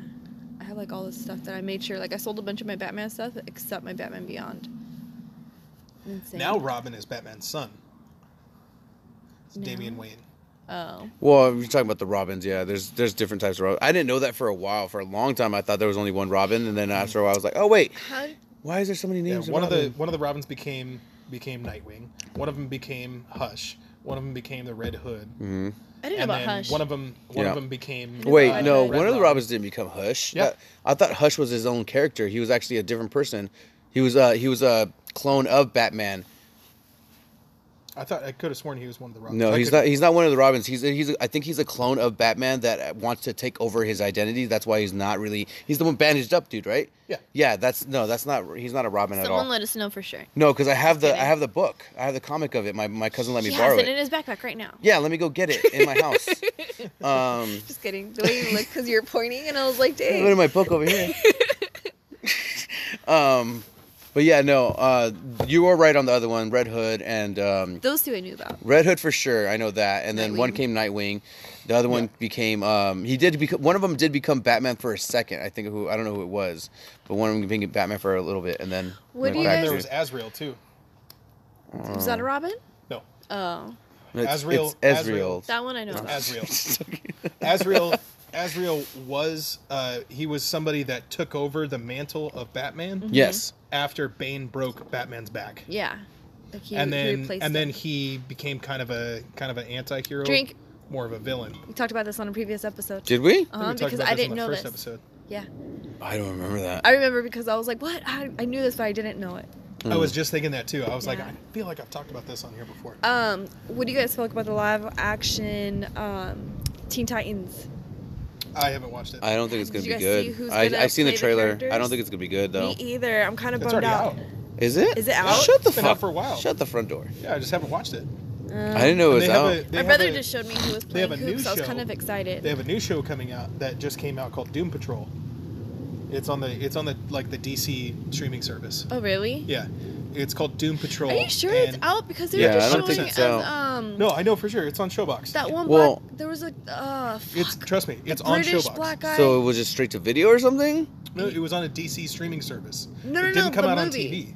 Speaker 2: I had like all this stuff that I made sure. Like I sold a bunch of my Batman stuff except my Batman Beyond. Insane.
Speaker 1: Now Robin is Batman's son. It's
Speaker 2: No.
Speaker 1: Damian Wayne.
Speaker 2: Oh.
Speaker 3: Well, you're talking about the Robins. Yeah, there's there's different types of Robins. I didn't know that for a while. For a long time, I thought there was only one Robin, and then after a while, I was like, oh wait,
Speaker 2: How?
Speaker 3: why is there so many
Speaker 1: Mm-hmm. Yeah,
Speaker 3: names?
Speaker 1: one of the
Speaker 3: Robin?
Speaker 1: one of the Robins became became Nightwing. One of them became Hush. One of them became the Red Hood.
Speaker 2: I didn't know
Speaker 1: And
Speaker 2: about
Speaker 1: then
Speaker 2: Hush.
Speaker 1: one of them one
Speaker 3: Mm. Yeah.
Speaker 1: of them became
Speaker 2: the
Speaker 3: Wait,
Speaker 2: Robin.
Speaker 3: no,
Speaker 2: Red
Speaker 3: one of the Robins didn't become Hush.
Speaker 1: Yeah.
Speaker 3: That- I thought Hush was his own character. He was actually a different person. He was uh he was a clone of Batman.
Speaker 1: I thought I could have sworn he was one of the Robins.
Speaker 3: No,
Speaker 1: I
Speaker 3: he's
Speaker 1: could-
Speaker 3: not he's not one of the Robins. He's he's I think he's a clone of Batman that wants to take over his identity. That's why he's not really he's the one bandaged up dude, right?
Speaker 1: Yeah.
Speaker 3: Yeah, that's no, that's not he's not a Robin at all.
Speaker 2: Someone let us know for sure.
Speaker 3: no, cuz I have the I
Speaker 2: kidding.
Speaker 3: have the book. I have the comic of it. My my cousin let me
Speaker 2: he
Speaker 3: borrow
Speaker 2: has
Speaker 3: it.
Speaker 2: it in his backpack right now.
Speaker 3: yeah, let me go get it in my house. um
Speaker 2: Just kidding. The way you look, because you're pointing, and I was like,
Speaker 3: Look at
Speaker 2: dang.
Speaker 3: my book over here. um, but yeah, no, uh, you were right on the other one, Red Hood and um,
Speaker 2: Those two I knew about.
Speaker 3: Red Hood for sure. I know that, and then one
Speaker 2: Nightwing.
Speaker 3: came Nightwing. The other one became um, he did become one of them did become Batman for a second. I think who I don't know who it was, but one of them became Batman for a little bit, and then
Speaker 2: What
Speaker 3: went
Speaker 2: do you
Speaker 1: Well,
Speaker 3: back
Speaker 1: and there
Speaker 3: to-
Speaker 1: was Azrael too.
Speaker 2: Is
Speaker 1: Mm.
Speaker 2: that a Robin?
Speaker 1: No.
Speaker 2: Oh,
Speaker 3: it's,
Speaker 1: Azrael-
Speaker 3: it's
Speaker 1: Azrael.
Speaker 3: Ezreal.
Speaker 2: that one I know
Speaker 3: Oh,
Speaker 1: It's
Speaker 2: about.
Speaker 1: Azrael. Azrael Azrael was uh, he was somebody that took over the mantle of
Speaker 2: Mm-hmm.
Speaker 1: Batman
Speaker 3: Yes.
Speaker 1: after Bane broke Batman's back.
Speaker 2: Yeah. Like he,
Speaker 1: and
Speaker 2: he
Speaker 1: then
Speaker 2: replaced
Speaker 1: and then
Speaker 2: him.
Speaker 1: he became kind of a kind of an anti-hero
Speaker 2: Drink.
Speaker 1: more of a villain I
Speaker 2: we talked about this on a previous episode.
Speaker 3: Did we?
Speaker 1: think we
Speaker 2: uh
Speaker 1: talked
Speaker 2: because
Speaker 1: about
Speaker 2: I
Speaker 1: this
Speaker 2: didn't
Speaker 1: on
Speaker 2: know
Speaker 1: the first
Speaker 2: this.
Speaker 1: episode
Speaker 2: Yeah,
Speaker 3: I don't remember that.
Speaker 2: I remember because I was like, "What? I, I knew this, but I didn't know it."
Speaker 1: i was just thinking that too i was like
Speaker 2: Yeah.
Speaker 1: i feel like i've talked about this on here before
Speaker 2: Um, what do you guys feel like about the live action um, Teen Titans?
Speaker 1: i haven't watched it
Speaker 3: I don't think it's gonna
Speaker 2: Did you
Speaker 3: be
Speaker 2: guys see
Speaker 3: good.
Speaker 2: who's
Speaker 3: I,
Speaker 2: gonna
Speaker 3: I've seen the
Speaker 2: play the
Speaker 3: trailer. I don't
Speaker 2: characters?
Speaker 3: think it's gonna be good though.
Speaker 2: Me either. I'm kind of
Speaker 1: it's
Speaker 2: bummed
Speaker 1: already out.
Speaker 2: out.
Speaker 3: Is it?
Speaker 2: Is it out?
Speaker 3: Shut the
Speaker 1: It's been
Speaker 3: fuck
Speaker 1: out for a while.
Speaker 3: Shut the front door.
Speaker 1: yeah i just haven't watched it
Speaker 2: Um,
Speaker 3: I didn't
Speaker 1: And
Speaker 3: know it was
Speaker 1: they have
Speaker 3: out.
Speaker 1: a, they
Speaker 2: My
Speaker 1: have
Speaker 2: brother
Speaker 1: a-
Speaker 2: just showed me who was
Speaker 1: they have
Speaker 2: playing
Speaker 1: a new
Speaker 2: hoops. I was
Speaker 1: show.
Speaker 2: kind of excited.
Speaker 1: they have a new show coming out that just came out called doom patrol it's on the it's on the like the dc streaming service
Speaker 2: oh really?
Speaker 1: yeah it's called doom patrol
Speaker 2: Are you sure it's
Speaker 1: and-
Speaker 2: out? Because they
Speaker 3: Yeah,
Speaker 2: were just
Speaker 1: I don't
Speaker 2: showing
Speaker 1: think
Speaker 2: it
Speaker 3: it's
Speaker 2: as
Speaker 3: out.
Speaker 2: um
Speaker 1: no i know for sure it's on showbox
Speaker 2: that one
Speaker 3: Well-
Speaker 2: black. There was a uh
Speaker 1: it's
Speaker 2: fuck,
Speaker 1: trust me it's on
Speaker 2: British
Speaker 1: showbox
Speaker 2: black guy.
Speaker 3: So it was just straight to video or something?
Speaker 1: No, it was on a DC streaming service.
Speaker 2: No,
Speaker 1: it
Speaker 2: no, no,
Speaker 1: didn't come
Speaker 2: the
Speaker 1: out on TV.
Speaker 2: movie.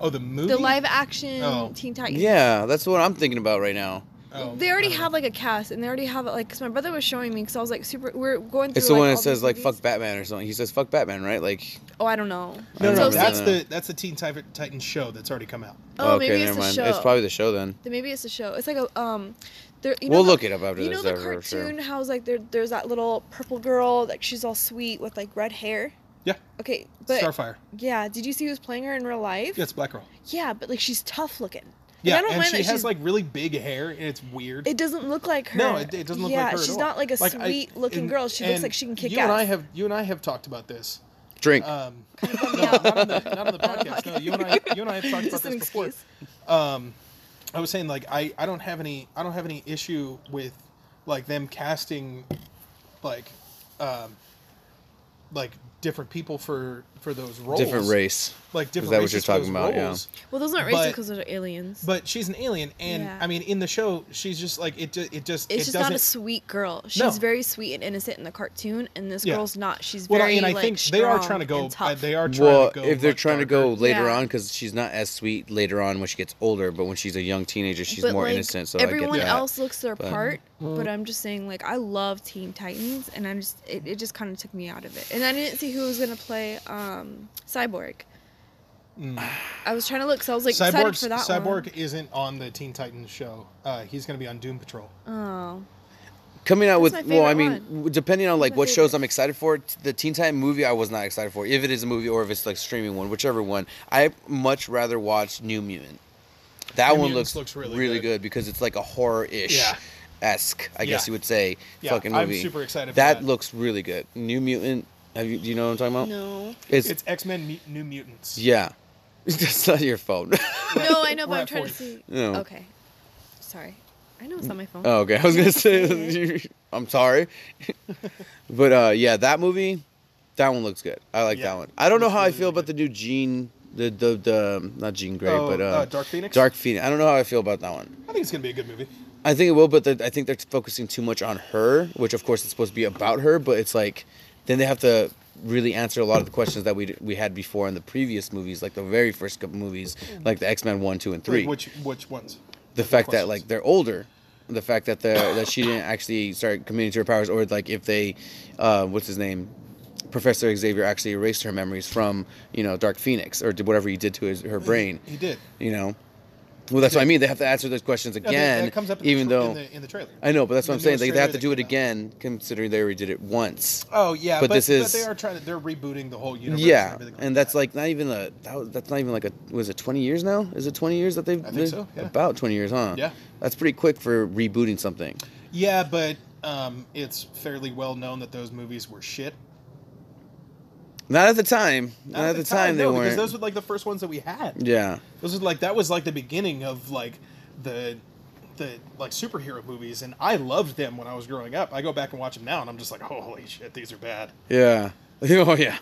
Speaker 1: Oh, the movie.
Speaker 2: the live action
Speaker 1: Oh.
Speaker 2: Teen Titans.
Speaker 3: Yeah, that's what I'm thinking about right now.
Speaker 1: Oh,
Speaker 2: They already
Speaker 1: I don't
Speaker 2: have
Speaker 1: know.
Speaker 2: like a cast, and they already have like. Cause my brother was showing me, cause I was like super. We're going through.
Speaker 3: It's the
Speaker 2: like,
Speaker 3: one
Speaker 2: all
Speaker 3: that
Speaker 2: these
Speaker 3: says like
Speaker 2: movies.
Speaker 3: "fuck Batman" or something. He says "fuck Batman," right? Like,
Speaker 2: Oh, I don't know.
Speaker 1: No,
Speaker 3: I
Speaker 1: no,
Speaker 3: don't
Speaker 2: so,
Speaker 1: that's
Speaker 3: remember
Speaker 1: the that's the Teen Titan, Titan show that's already come out.
Speaker 2: Oh,
Speaker 3: okay,
Speaker 2: maybe it's
Speaker 3: never
Speaker 2: the
Speaker 3: mind.
Speaker 2: show.
Speaker 3: It's probably the show then.
Speaker 2: Then maybe it's a show. It's like a um. There, you
Speaker 3: We'll
Speaker 2: know
Speaker 3: look
Speaker 2: the,
Speaker 3: it up after
Speaker 2: You know
Speaker 3: this,
Speaker 2: the
Speaker 3: uh, for sure.
Speaker 2: cartoon, how's like there, there's that little purple girl, like she's all sweet with like red hair.
Speaker 1: Yeah,
Speaker 2: Okay, but
Speaker 1: Starfire.
Speaker 2: yeah, did you see who's playing her in real life?
Speaker 1: Yeah, it's Black Girl.
Speaker 2: Yeah, but like she's tough looking. Like,
Speaker 1: Yeah,
Speaker 2: I don't
Speaker 1: and
Speaker 2: mind
Speaker 1: she
Speaker 2: that
Speaker 1: has
Speaker 2: she's,
Speaker 1: like really big hair, and it's weird.
Speaker 2: It doesn't look like her.
Speaker 1: no, it, it doesn't look
Speaker 2: yeah,
Speaker 1: like her at
Speaker 2: she's
Speaker 1: all.
Speaker 2: not like a
Speaker 1: I-
Speaker 2: sweet looking
Speaker 1: and-
Speaker 2: girl. She looks
Speaker 1: and
Speaker 2: like she can kick
Speaker 1: you
Speaker 2: ass.
Speaker 1: And I have you and I have talked about this.
Speaker 3: Drink.
Speaker 1: Um, no, not on the, not on the podcast. No, you and I you and I have talked about
Speaker 2: Just
Speaker 1: this
Speaker 2: an
Speaker 1: before.
Speaker 2: excuse.
Speaker 1: I was saying like I, I don't have any I don't have any issue with like them casting like um like different people for for those roles.
Speaker 3: Different race.
Speaker 1: Like different.
Speaker 3: Is that what
Speaker 1: races
Speaker 3: you're
Speaker 1: for
Speaker 3: talking
Speaker 1: those
Speaker 3: about? Yeah.
Speaker 1: roles.
Speaker 2: Well, those aren't racist
Speaker 1: But-
Speaker 2: because those are aliens.
Speaker 1: But she's an alien, and
Speaker 2: Yeah.
Speaker 1: I mean, in the show, she's just like it. ju- It just
Speaker 2: it's
Speaker 1: it
Speaker 2: just not a
Speaker 1: doesn't-
Speaker 2: sweet girl. She's
Speaker 1: No.
Speaker 2: very sweet and innocent in the cartoon, and this
Speaker 1: Yeah.
Speaker 2: girl's not. She's
Speaker 1: Well,
Speaker 2: very
Speaker 1: and I
Speaker 2: like
Speaker 1: think they are
Speaker 2: strong
Speaker 1: trying to go. uh,
Speaker 2: and tough.
Speaker 1: They are trying
Speaker 3: Well,
Speaker 1: to go.
Speaker 3: if they're
Speaker 1: much
Speaker 3: trying to go
Speaker 1: darker.
Speaker 3: later
Speaker 2: Yeah.
Speaker 3: on, because she's not as sweet later on when she gets older, but when she's a young teenager, she's
Speaker 2: But,
Speaker 3: more
Speaker 2: like,
Speaker 3: innocent. So
Speaker 2: everyone
Speaker 3: I get that.
Speaker 2: else looks their
Speaker 3: but-
Speaker 2: part,
Speaker 1: Mm.
Speaker 2: but I'm just saying, like, I love Teen Titans, and I'm just it, it just kind of took me out of it. And I didn't see who was gonna play um Cyborg. I was trying to look, so I was like excited
Speaker 1: Cyborg's,
Speaker 2: for that
Speaker 1: Mm. Cyborg isn't on the Teen Titans show. Uh, he's going to be on Doom Patrol.
Speaker 2: one. Oh,
Speaker 3: coming out
Speaker 2: That's
Speaker 3: with
Speaker 2: my
Speaker 3: well, I
Speaker 2: favorite
Speaker 3: mean,
Speaker 2: one.
Speaker 3: w- depending on like
Speaker 2: my
Speaker 3: what shows
Speaker 2: favorite.
Speaker 3: I'm excited for, t- the Teen Time movie I was not excited for. If it is a movie or if it's like streaming one, whichever one, I much rather watch New Mutant. That
Speaker 1: New
Speaker 3: one
Speaker 1: Mutants
Speaker 3: looks,
Speaker 1: looks really
Speaker 3: really,
Speaker 1: good.
Speaker 3: good. because it's like a horror-ish
Speaker 1: Yeah.
Speaker 3: esque, I
Speaker 1: Yeah.
Speaker 3: guess you would say,
Speaker 1: Yeah,
Speaker 3: fucking
Speaker 1: I'm
Speaker 3: movie.
Speaker 1: super excited for
Speaker 3: That
Speaker 1: that.
Speaker 3: looks really good. New Mutant. Have you? Do you know what I'm talking about?
Speaker 2: no,
Speaker 3: It's,
Speaker 1: It's X Men Mu- New Mutants.
Speaker 3: yeah. That's not your phone.
Speaker 2: no, I know,
Speaker 1: We're
Speaker 2: but I'm
Speaker 1: at
Speaker 2: trying
Speaker 1: 40.
Speaker 2: to see.
Speaker 3: No.
Speaker 2: Okay, sorry, I know it's on my phone.
Speaker 3: Oh, okay. I was gonna say,
Speaker 2: Okay.
Speaker 3: I'm sorry, but uh, yeah, that movie, that one looks good. I like
Speaker 1: Yeah,
Speaker 3: that one. I don't know
Speaker 1: looks
Speaker 3: how I
Speaker 1: really,
Speaker 3: feel
Speaker 1: really
Speaker 3: about
Speaker 1: good.
Speaker 3: the new Gene, the the the um, not Gene Grey,
Speaker 1: Oh,
Speaker 3: but uh,
Speaker 1: uh, Dark Phoenix?
Speaker 3: Dark Phoenix. I don't know how I feel about that one.
Speaker 1: I think it's going to be a good movie.
Speaker 3: I think it will, but the, I think they're focusing too much on her, which of course it's supposed to be about her, but it's like then they have to really answer a lot of the questions that we we had before in the previous movies, like the very first couple movies, like the X Men one, two, and three
Speaker 1: Like, Mm. which which ones?
Speaker 3: the
Speaker 1: Good
Speaker 3: fact that
Speaker 1: questions.
Speaker 3: like they're older the fact that the that she didn't actually start committing to her powers or like if they uh, what's his name professor xavier actually erased her memories from you know dark phoenix or did whatever he did to his, her brain
Speaker 1: he did.
Speaker 3: you know well that's what i mean they have to answer those questions
Speaker 1: Yeah, that-
Speaker 3: again
Speaker 1: that comes up in
Speaker 3: even
Speaker 1: the tra-
Speaker 3: though
Speaker 1: in the, in the trailer.
Speaker 3: i know but that's what
Speaker 1: In
Speaker 3: i'm
Speaker 1: the
Speaker 3: saying
Speaker 1: newest
Speaker 3: like, they have to
Speaker 1: trailer
Speaker 3: do it
Speaker 1: that came out.
Speaker 3: again considering they already did it once
Speaker 1: Oh yeah, but,
Speaker 3: But this
Speaker 1: but they
Speaker 3: is-
Speaker 1: are trying to. They're rebooting the whole universe. and,
Speaker 3: yeah
Speaker 1: everything
Speaker 3: and that's like not even a that, was- that's not even like a was it 20 years now is it 20 years that they've
Speaker 1: I think
Speaker 3: been-
Speaker 1: so, yeah.
Speaker 3: about 20 years huh
Speaker 1: Yeah.
Speaker 3: that's pretty quick for rebooting something
Speaker 1: that. yeah, but um, it's fairly well known that those movies were shit.
Speaker 3: Not at the time. Not,
Speaker 1: Not
Speaker 3: at the, time, they
Speaker 1: no,
Speaker 3: weren't.
Speaker 1: because those were like the first ones that we had.
Speaker 3: yeah.
Speaker 1: Those was like that was like the beginning of like the the like superhero movies, and I loved them when I was growing up. I go back and watch them now, and I'm just like, holy shit, these are bad.
Speaker 3: Yeah. oh yeah.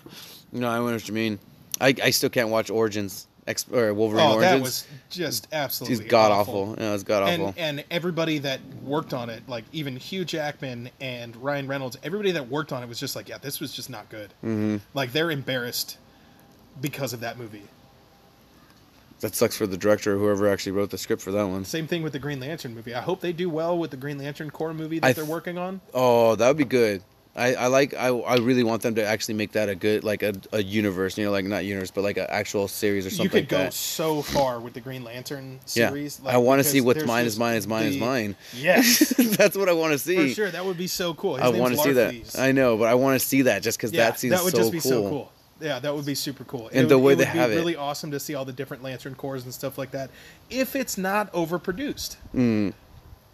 Speaker 3: No, I know what you mean. I, I still can't watch Origins Ex- or Wolverine
Speaker 1: oh,
Speaker 3: Origins.
Speaker 1: that was just absolutely
Speaker 3: He's god awful. Yeah, it's god awful.
Speaker 1: And and everybody that worked on it, like even Hugh Jackman and Ryan Reynolds, everybody that worked on it was just like, yeah, this was just not good. Mm-hmm. Like they're embarrassed because of that movie.
Speaker 3: that sucks for the director, whoever actually wrote the script for that one.
Speaker 1: Same thing with the Green Lantern movie. I hope they do well with the Green Lantern core movie that
Speaker 3: I
Speaker 1: they're
Speaker 3: th-
Speaker 1: working on.
Speaker 3: Oh, that would be good. I, I like I, I really want them to actually make that a good like a, a universe you know like not universe but like an actual series or something
Speaker 1: you could
Speaker 3: like
Speaker 1: go
Speaker 3: that.
Speaker 1: so far with the Green Lantern
Speaker 3: Yeah.
Speaker 1: series.
Speaker 3: I want to
Speaker 1: because
Speaker 3: see what's
Speaker 1: there's
Speaker 3: mine
Speaker 1: just
Speaker 3: is mine is mine is
Speaker 1: the-
Speaker 3: mine.
Speaker 1: Yes,
Speaker 3: That's what I want to
Speaker 1: for
Speaker 3: see.
Speaker 1: sure. That would be so cool. His
Speaker 3: I
Speaker 1: name's
Speaker 3: want to see that.
Speaker 1: Larfleeze.
Speaker 3: I know, but I want to see that just because that seems
Speaker 1: would
Speaker 3: so
Speaker 1: just be
Speaker 3: cool.
Speaker 1: so cool. Yeah, that would be super cool.
Speaker 3: And
Speaker 1: it
Speaker 3: the
Speaker 1: would,
Speaker 3: way
Speaker 1: it
Speaker 3: they
Speaker 1: would be
Speaker 3: have it.
Speaker 1: really awesome to see all the different lantern cores and stuff like that. If it's not overproduced,
Speaker 3: Hmm.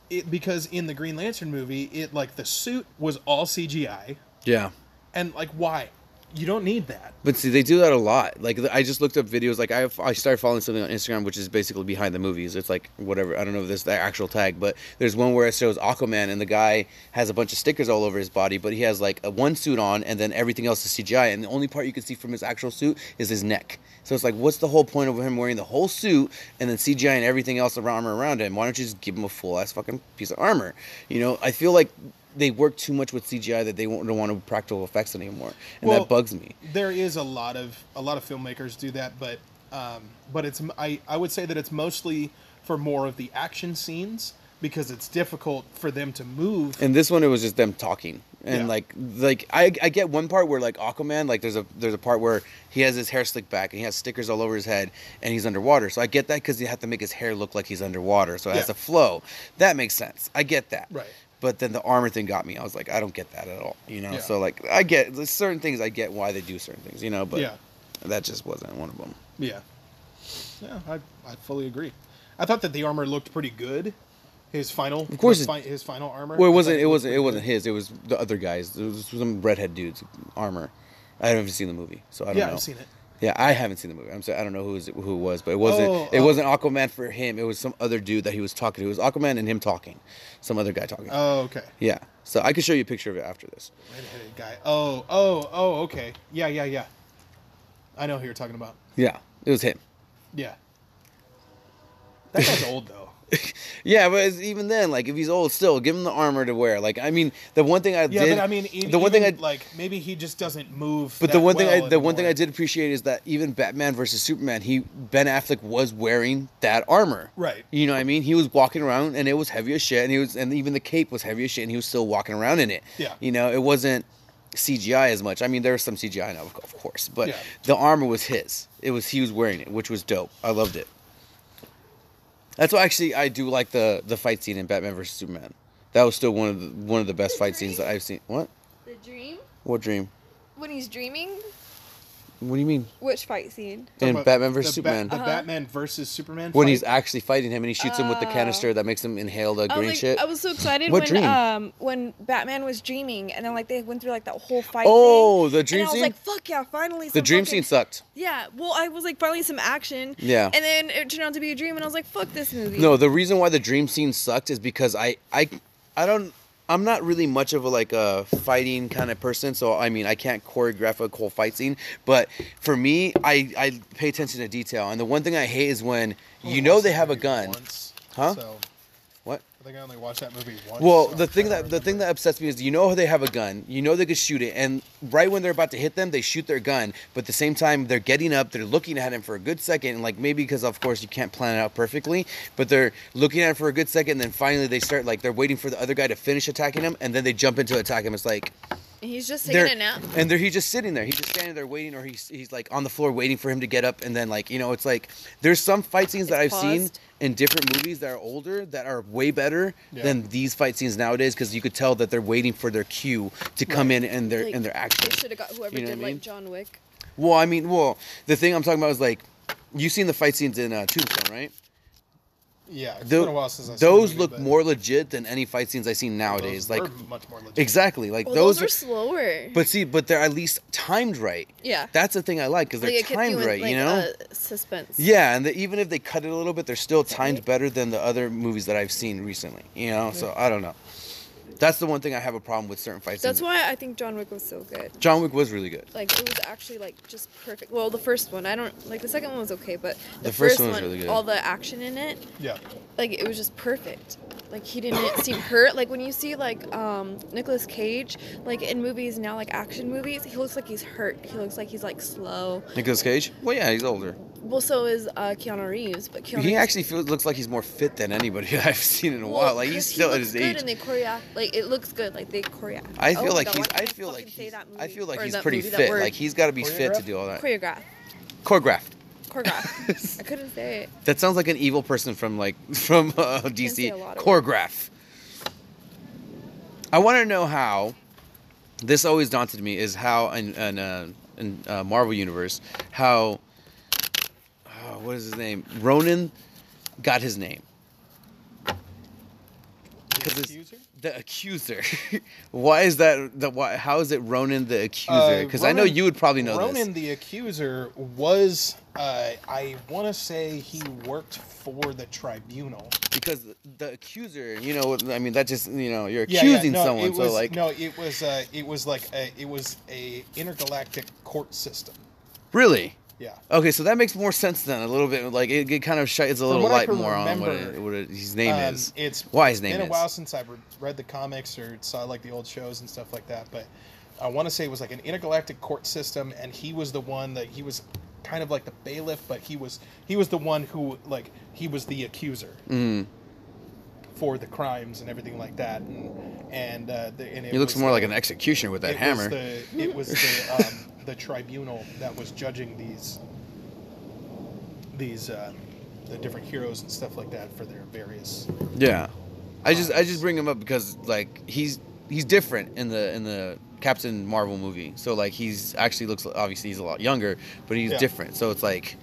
Speaker 1: it, because in the Green Lantern movie, it like the suit was all CGI,
Speaker 3: Yeah.
Speaker 1: and like why? You don't need that.
Speaker 3: But see, they do that a lot. Like th- I just looked up videos. Like I, I started following something on Instagram, which is basically behind the movies. It's like whatever. I don't know if this is the actual tag, but there's one where it shows Aquaman, and the guy has a bunch of stickers all over his body, but he has like a one suit on, and then everything else is CGI, and the only part you can see from his actual suit is his neck. So it's like, what's the whole point of him wearing the whole suit and then CGI and everything else around around him? Why don't you just give him a full ass fucking piece of armor? You know, I feel like they work too much with CGI that they won't- don't want to practical effects anymore, and
Speaker 1: Well,
Speaker 3: that bugs me.
Speaker 1: There is a lot of a lot of filmmakers do that, but um, but it's I I would say that it's mostly for more of the action scenes because it's difficult for them to move.
Speaker 3: And this one, it was just them talking, and
Speaker 1: Yeah.
Speaker 3: like, like I, I get one part where like Aquaman, like there's a there's a part where he has his hair slicked back and he has stickers all over his head and he's underwater. So I get that because you have to make his hair look like he's underwater, so it has
Speaker 1: Yeah.
Speaker 3: to flow. That makes sense. I get that.
Speaker 1: Right.
Speaker 3: But then the armor thing got me. I was like, I don't get that at all. You know.
Speaker 1: Yeah.
Speaker 3: So like, I get there's certain things. I get why they do certain things. You know. But
Speaker 1: Yeah.
Speaker 3: that just wasn't one of them.
Speaker 1: Yeah. Yeah, I, I fully agree. I thought that the armor looked pretty good. His final, of
Speaker 3: course it-
Speaker 1: fi- his final armor.
Speaker 3: Well,
Speaker 1: I
Speaker 3: it
Speaker 1: thought
Speaker 3: wasn't. It
Speaker 1: looked
Speaker 3: wasn't. It
Speaker 1: pretty
Speaker 3: wasn't his. It was the other guys. It was some redhead dude's armor. I haven't seen the movie, so I don't
Speaker 1: Yeah,
Speaker 3: know.
Speaker 1: I've seen it.
Speaker 3: Yeah, I haven't seen the movie. I'm sorry, I don't know who is who it was, but it wasn't
Speaker 1: Oh,
Speaker 3: it
Speaker 1: uh,
Speaker 3: wasn't Aquaman for him. It was some other dude that he was talking to. It was Aquaman and him talking, some other guy talking.
Speaker 1: Oh, okay.
Speaker 3: yeah, so I could show you a picture of it after this.
Speaker 1: Redheaded guy. Oh, oh, oh, okay. Yeah, yeah, yeah. I know who you're talking about.
Speaker 3: Yeah, it was him.
Speaker 1: Yeah. That guy's old though.
Speaker 3: Yeah, but it's, even then, like if he's old, still give him the armor to wear. Like I mean, the one thing I
Speaker 1: Yeah,
Speaker 3: did,
Speaker 1: but I mean, e- even,
Speaker 3: the one thing I
Speaker 1: like maybe he just doesn't move.
Speaker 3: But the
Speaker 1: that
Speaker 3: one thing
Speaker 1: well
Speaker 3: I the one thing I
Speaker 1: anymore.
Speaker 3: did appreciate is that even Batman versus Superman, he Ben Affleck was wearing that armor.
Speaker 1: Right.
Speaker 3: You know what I mean? He was walking around and it was heavy as shit and he was and even the cape was heavy as shit and he was still walking around in it.
Speaker 1: Yeah.
Speaker 3: You know, it wasn't CGI as much. I mean, there was some CGI now, of course, but
Speaker 1: Yeah.
Speaker 3: the armor was his. It was he was wearing it, which was dope. I loved it. That's why actually I do like the the fight scene in Batman versus Superman. That was still one of the one of the best fight scenes that I've seen. What?
Speaker 2: The dream?
Speaker 3: What dream?
Speaker 2: When he's dreaming?
Speaker 3: What do you mean?
Speaker 2: Which fight scene?
Speaker 3: In
Speaker 1: But
Speaker 3: Batman versus
Speaker 1: the Bat-
Speaker 3: Superman.
Speaker 1: the
Speaker 2: uh-huh.
Speaker 1: Batman versus Superman.
Speaker 3: when
Speaker 1: fight?
Speaker 3: he's actually fighting him and he shoots him with the
Speaker 2: Oh.
Speaker 3: canister that makes him inhale the
Speaker 2: I
Speaker 3: green
Speaker 2: was Oh, like,
Speaker 3: shit.
Speaker 2: I was so excited
Speaker 3: What
Speaker 2: when
Speaker 3: dream?
Speaker 2: um when Batman was dreaming and then like they went through like that whole fight.
Speaker 3: Oh,
Speaker 2: thing,
Speaker 3: the dream
Speaker 2: and I was
Speaker 3: scene?
Speaker 2: like, fuck yeah, finally.
Speaker 3: the
Speaker 2: some
Speaker 3: dream
Speaker 2: fucking-
Speaker 3: scene sucked.
Speaker 2: Yeah, well, I was like, finally some action.
Speaker 3: Yeah.
Speaker 2: And then it turned out to be a dream, and I was like, fuck this movie.
Speaker 3: No, the reason why the dream scene sucked is because I I I don't I'm not really much of a like a fighting kind of person, so I mean I can't choreograph a cool fight scene. But for me, I I pay attention to detail, and the one thing I hate is when
Speaker 2: Oh,
Speaker 1: I
Speaker 3: you
Speaker 1: only
Speaker 3: know
Speaker 1: watched
Speaker 3: they
Speaker 1: that
Speaker 3: have a
Speaker 1: movie
Speaker 3: gun.
Speaker 1: once,
Speaker 3: Huh?
Speaker 1: So
Speaker 3: What?
Speaker 1: I think I only watched that movie once.
Speaker 3: Well,
Speaker 1: so
Speaker 3: the
Speaker 1: I'm
Speaker 3: thing
Speaker 1: trying to
Speaker 3: that the thing that
Speaker 1: remember.
Speaker 3: upsets me is you know how they have a gun, you know they could shoot it, and right when they're about to hit them, they shoot their gun. But at the same time, they're getting up, they're looking at him for a good second, and like maybe because of course you can't plan it out perfectly, but they're looking at him for a good second, and then finally they start like they're waiting for the other guy to finish attacking him, and then they jump into attack him. It's like
Speaker 2: And he's just
Speaker 3: they're
Speaker 2: taking a nap.
Speaker 3: and they're he's just sitting there, he's just standing there waiting, or he's he's like on the floor waiting for him to get up, and then like you know it's like there's some fight scenes that I've
Speaker 2: It's
Speaker 3: seen
Speaker 2: paused.
Speaker 3: in different movies that are older that are way better
Speaker 1: Yeah.
Speaker 3: than these fight scenes nowadays because you could tell that they're waiting for their cue to come in and their
Speaker 2: Like,
Speaker 3: and their
Speaker 2: They
Speaker 3: action.
Speaker 2: should have got whoever
Speaker 3: You know
Speaker 2: did
Speaker 3: what I mean?
Speaker 2: like John Wick. Oh,
Speaker 3: Well, I mean, well, the thing I'm talking about is like you've seen the fight scenes in uh, Tombstone, right?
Speaker 1: yeah, it's
Speaker 3: Tho-
Speaker 1: been a while since I
Speaker 3: those
Speaker 1: seen the movie,
Speaker 3: look
Speaker 1: but
Speaker 3: more legit than any fight scenes I see
Speaker 1: those
Speaker 3: nowadays.
Speaker 1: were
Speaker 3: like
Speaker 1: much more legit.
Speaker 3: exactly, like
Speaker 2: Well,
Speaker 3: those,
Speaker 2: those, are slower.
Speaker 3: But see, but they're at least timed right.
Speaker 2: Yeah.
Speaker 3: That's the thing I like because they're
Speaker 2: Like, it kept
Speaker 3: timed
Speaker 2: in,
Speaker 3: right. you
Speaker 2: like,
Speaker 3: know.
Speaker 2: uh, suspense.
Speaker 3: Yeah, and the, even if they cut it a little bit, they're still timed better than the other movies that I've seen recently. You know, so I don't know. That's the one thing I have a problem with certain fights.
Speaker 2: That's why I think John Wick was so good.
Speaker 3: John Wick was really good.
Speaker 2: Like it was actually like just perfect. Well, the first one I don't like. The second one was okay, but the,
Speaker 3: The first one was really good.
Speaker 2: all the action in it,
Speaker 1: Yeah,
Speaker 2: like it was just perfect. Like he didn't seem hurt. Like when you see like um Nicolas Cage, like in movies now, like action movies, he looks like he's hurt. He looks like he's like slow.
Speaker 3: Nicolas Cage? Well, yeah, he's older.
Speaker 2: Well, so is uh, Keanu Reeves, but Keanu
Speaker 3: He
Speaker 2: Reeves-
Speaker 3: actually feels looks like he's more fit than anybody I've seen in a
Speaker 2: Well,
Speaker 3: while. Like he's
Speaker 2: 'cause he
Speaker 3: still at
Speaker 2: looks
Speaker 3: his
Speaker 2: good
Speaker 3: age.
Speaker 2: And they choreo- like it looks good, like they choreo.
Speaker 3: I
Speaker 2: Oh
Speaker 3: feel
Speaker 2: my
Speaker 3: like
Speaker 2: God,
Speaker 3: he's.
Speaker 2: why
Speaker 3: I
Speaker 2: can't
Speaker 3: feel like
Speaker 2: fucking say
Speaker 3: he's.
Speaker 2: that
Speaker 3: I
Speaker 2: movie?
Speaker 3: feel like
Speaker 2: Or
Speaker 3: he's
Speaker 2: that
Speaker 3: pretty
Speaker 2: movie, that
Speaker 3: fit.
Speaker 2: word.
Speaker 3: Like he's got to be fit to
Speaker 1: Choreograph?
Speaker 3: do all that.
Speaker 2: choreograph,
Speaker 3: Choreographed.
Speaker 2: choreograph. I couldn't say it.
Speaker 3: That sounds like an evil person from like from uh, DC.
Speaker 2: a lot of
Speaker 3: Choreograph. I want to know how. This always daunted me is how in in, uh, in uh, Marvel universe how. Oh, what is his name? Ronan got his name.
Speaker 1: The
Speaker 3: 'Cause it's-
Speaker 1: Accuser?
Speaker 3: The accuser. why is that? The why? How is it Ronan the accuser?
Speaker 1: Uh,
Speaker 3: Because I know
Speaker 1: Ronan-
Speaker 3: you would probably know
Speaker 1: Ronan
Speaker 3: this.
Speaker 1: the Accuser was, uh, I want to say he worked for the tribunal.
Speaker 3: because the accuser, you know, I mean, that just you know, you're
Speaker 1: Yeah,
Speaker 3: accusing
Speaker 1: yeah, no,
Speaker 3: someone.
Speaker 1: it
Speaker 3: so
Speaker 1: was-
Speaker 3: like,
Speaker 1: no, it was, uh, it was like a, it was a intergalactic court system.
Speaker 3: really?
Speaker 1: Yeah.
Speaker 3: Okay, so that makes more sense then. A little bit like it, it kind of shi- it's a little
Speaker 1: what I
Speaker 3: light
Speaker 1: can
Speaker 3: more on what,
Speaker 1: remember,
Speaker 3: it, what it, his name
Speaker 1: Um,
Speaker 3: is.
Speaker 1: It's
Speaker 3: why his name
Speaker 1: been
Speaker 3: is.
Speaker 1: a while since I re- read the comics or saw like the old shows and stuff like that, but I want to say it was like an intergalactic court system, and he was the one that he was kind of like the bailiff, but he was he was the one who like he was the accuser
Speaker 3: Mm.
Speaker 1: for the crimes and everything like that, and and, uh, the, and it
Speaker 3: He looks
Speaker 1: was
Speaker 3: more
Speaker 1: the-
Speaker 3: like an executioner with that
Speaker 1: it
Speaker 3: hammer.
Speaker 1: Was the, it was the um, the tribunal that was judging these these uh, the different heroes and stuff like that for their various
Speaker 3: Yeah, I just I just bring him up because like he's he's different in the in the Captain Marvel movie. So like he's actually looks obviously he's a lot younger, but he's
Speaker 1: Yeah.
Speaker 3: different. So it's like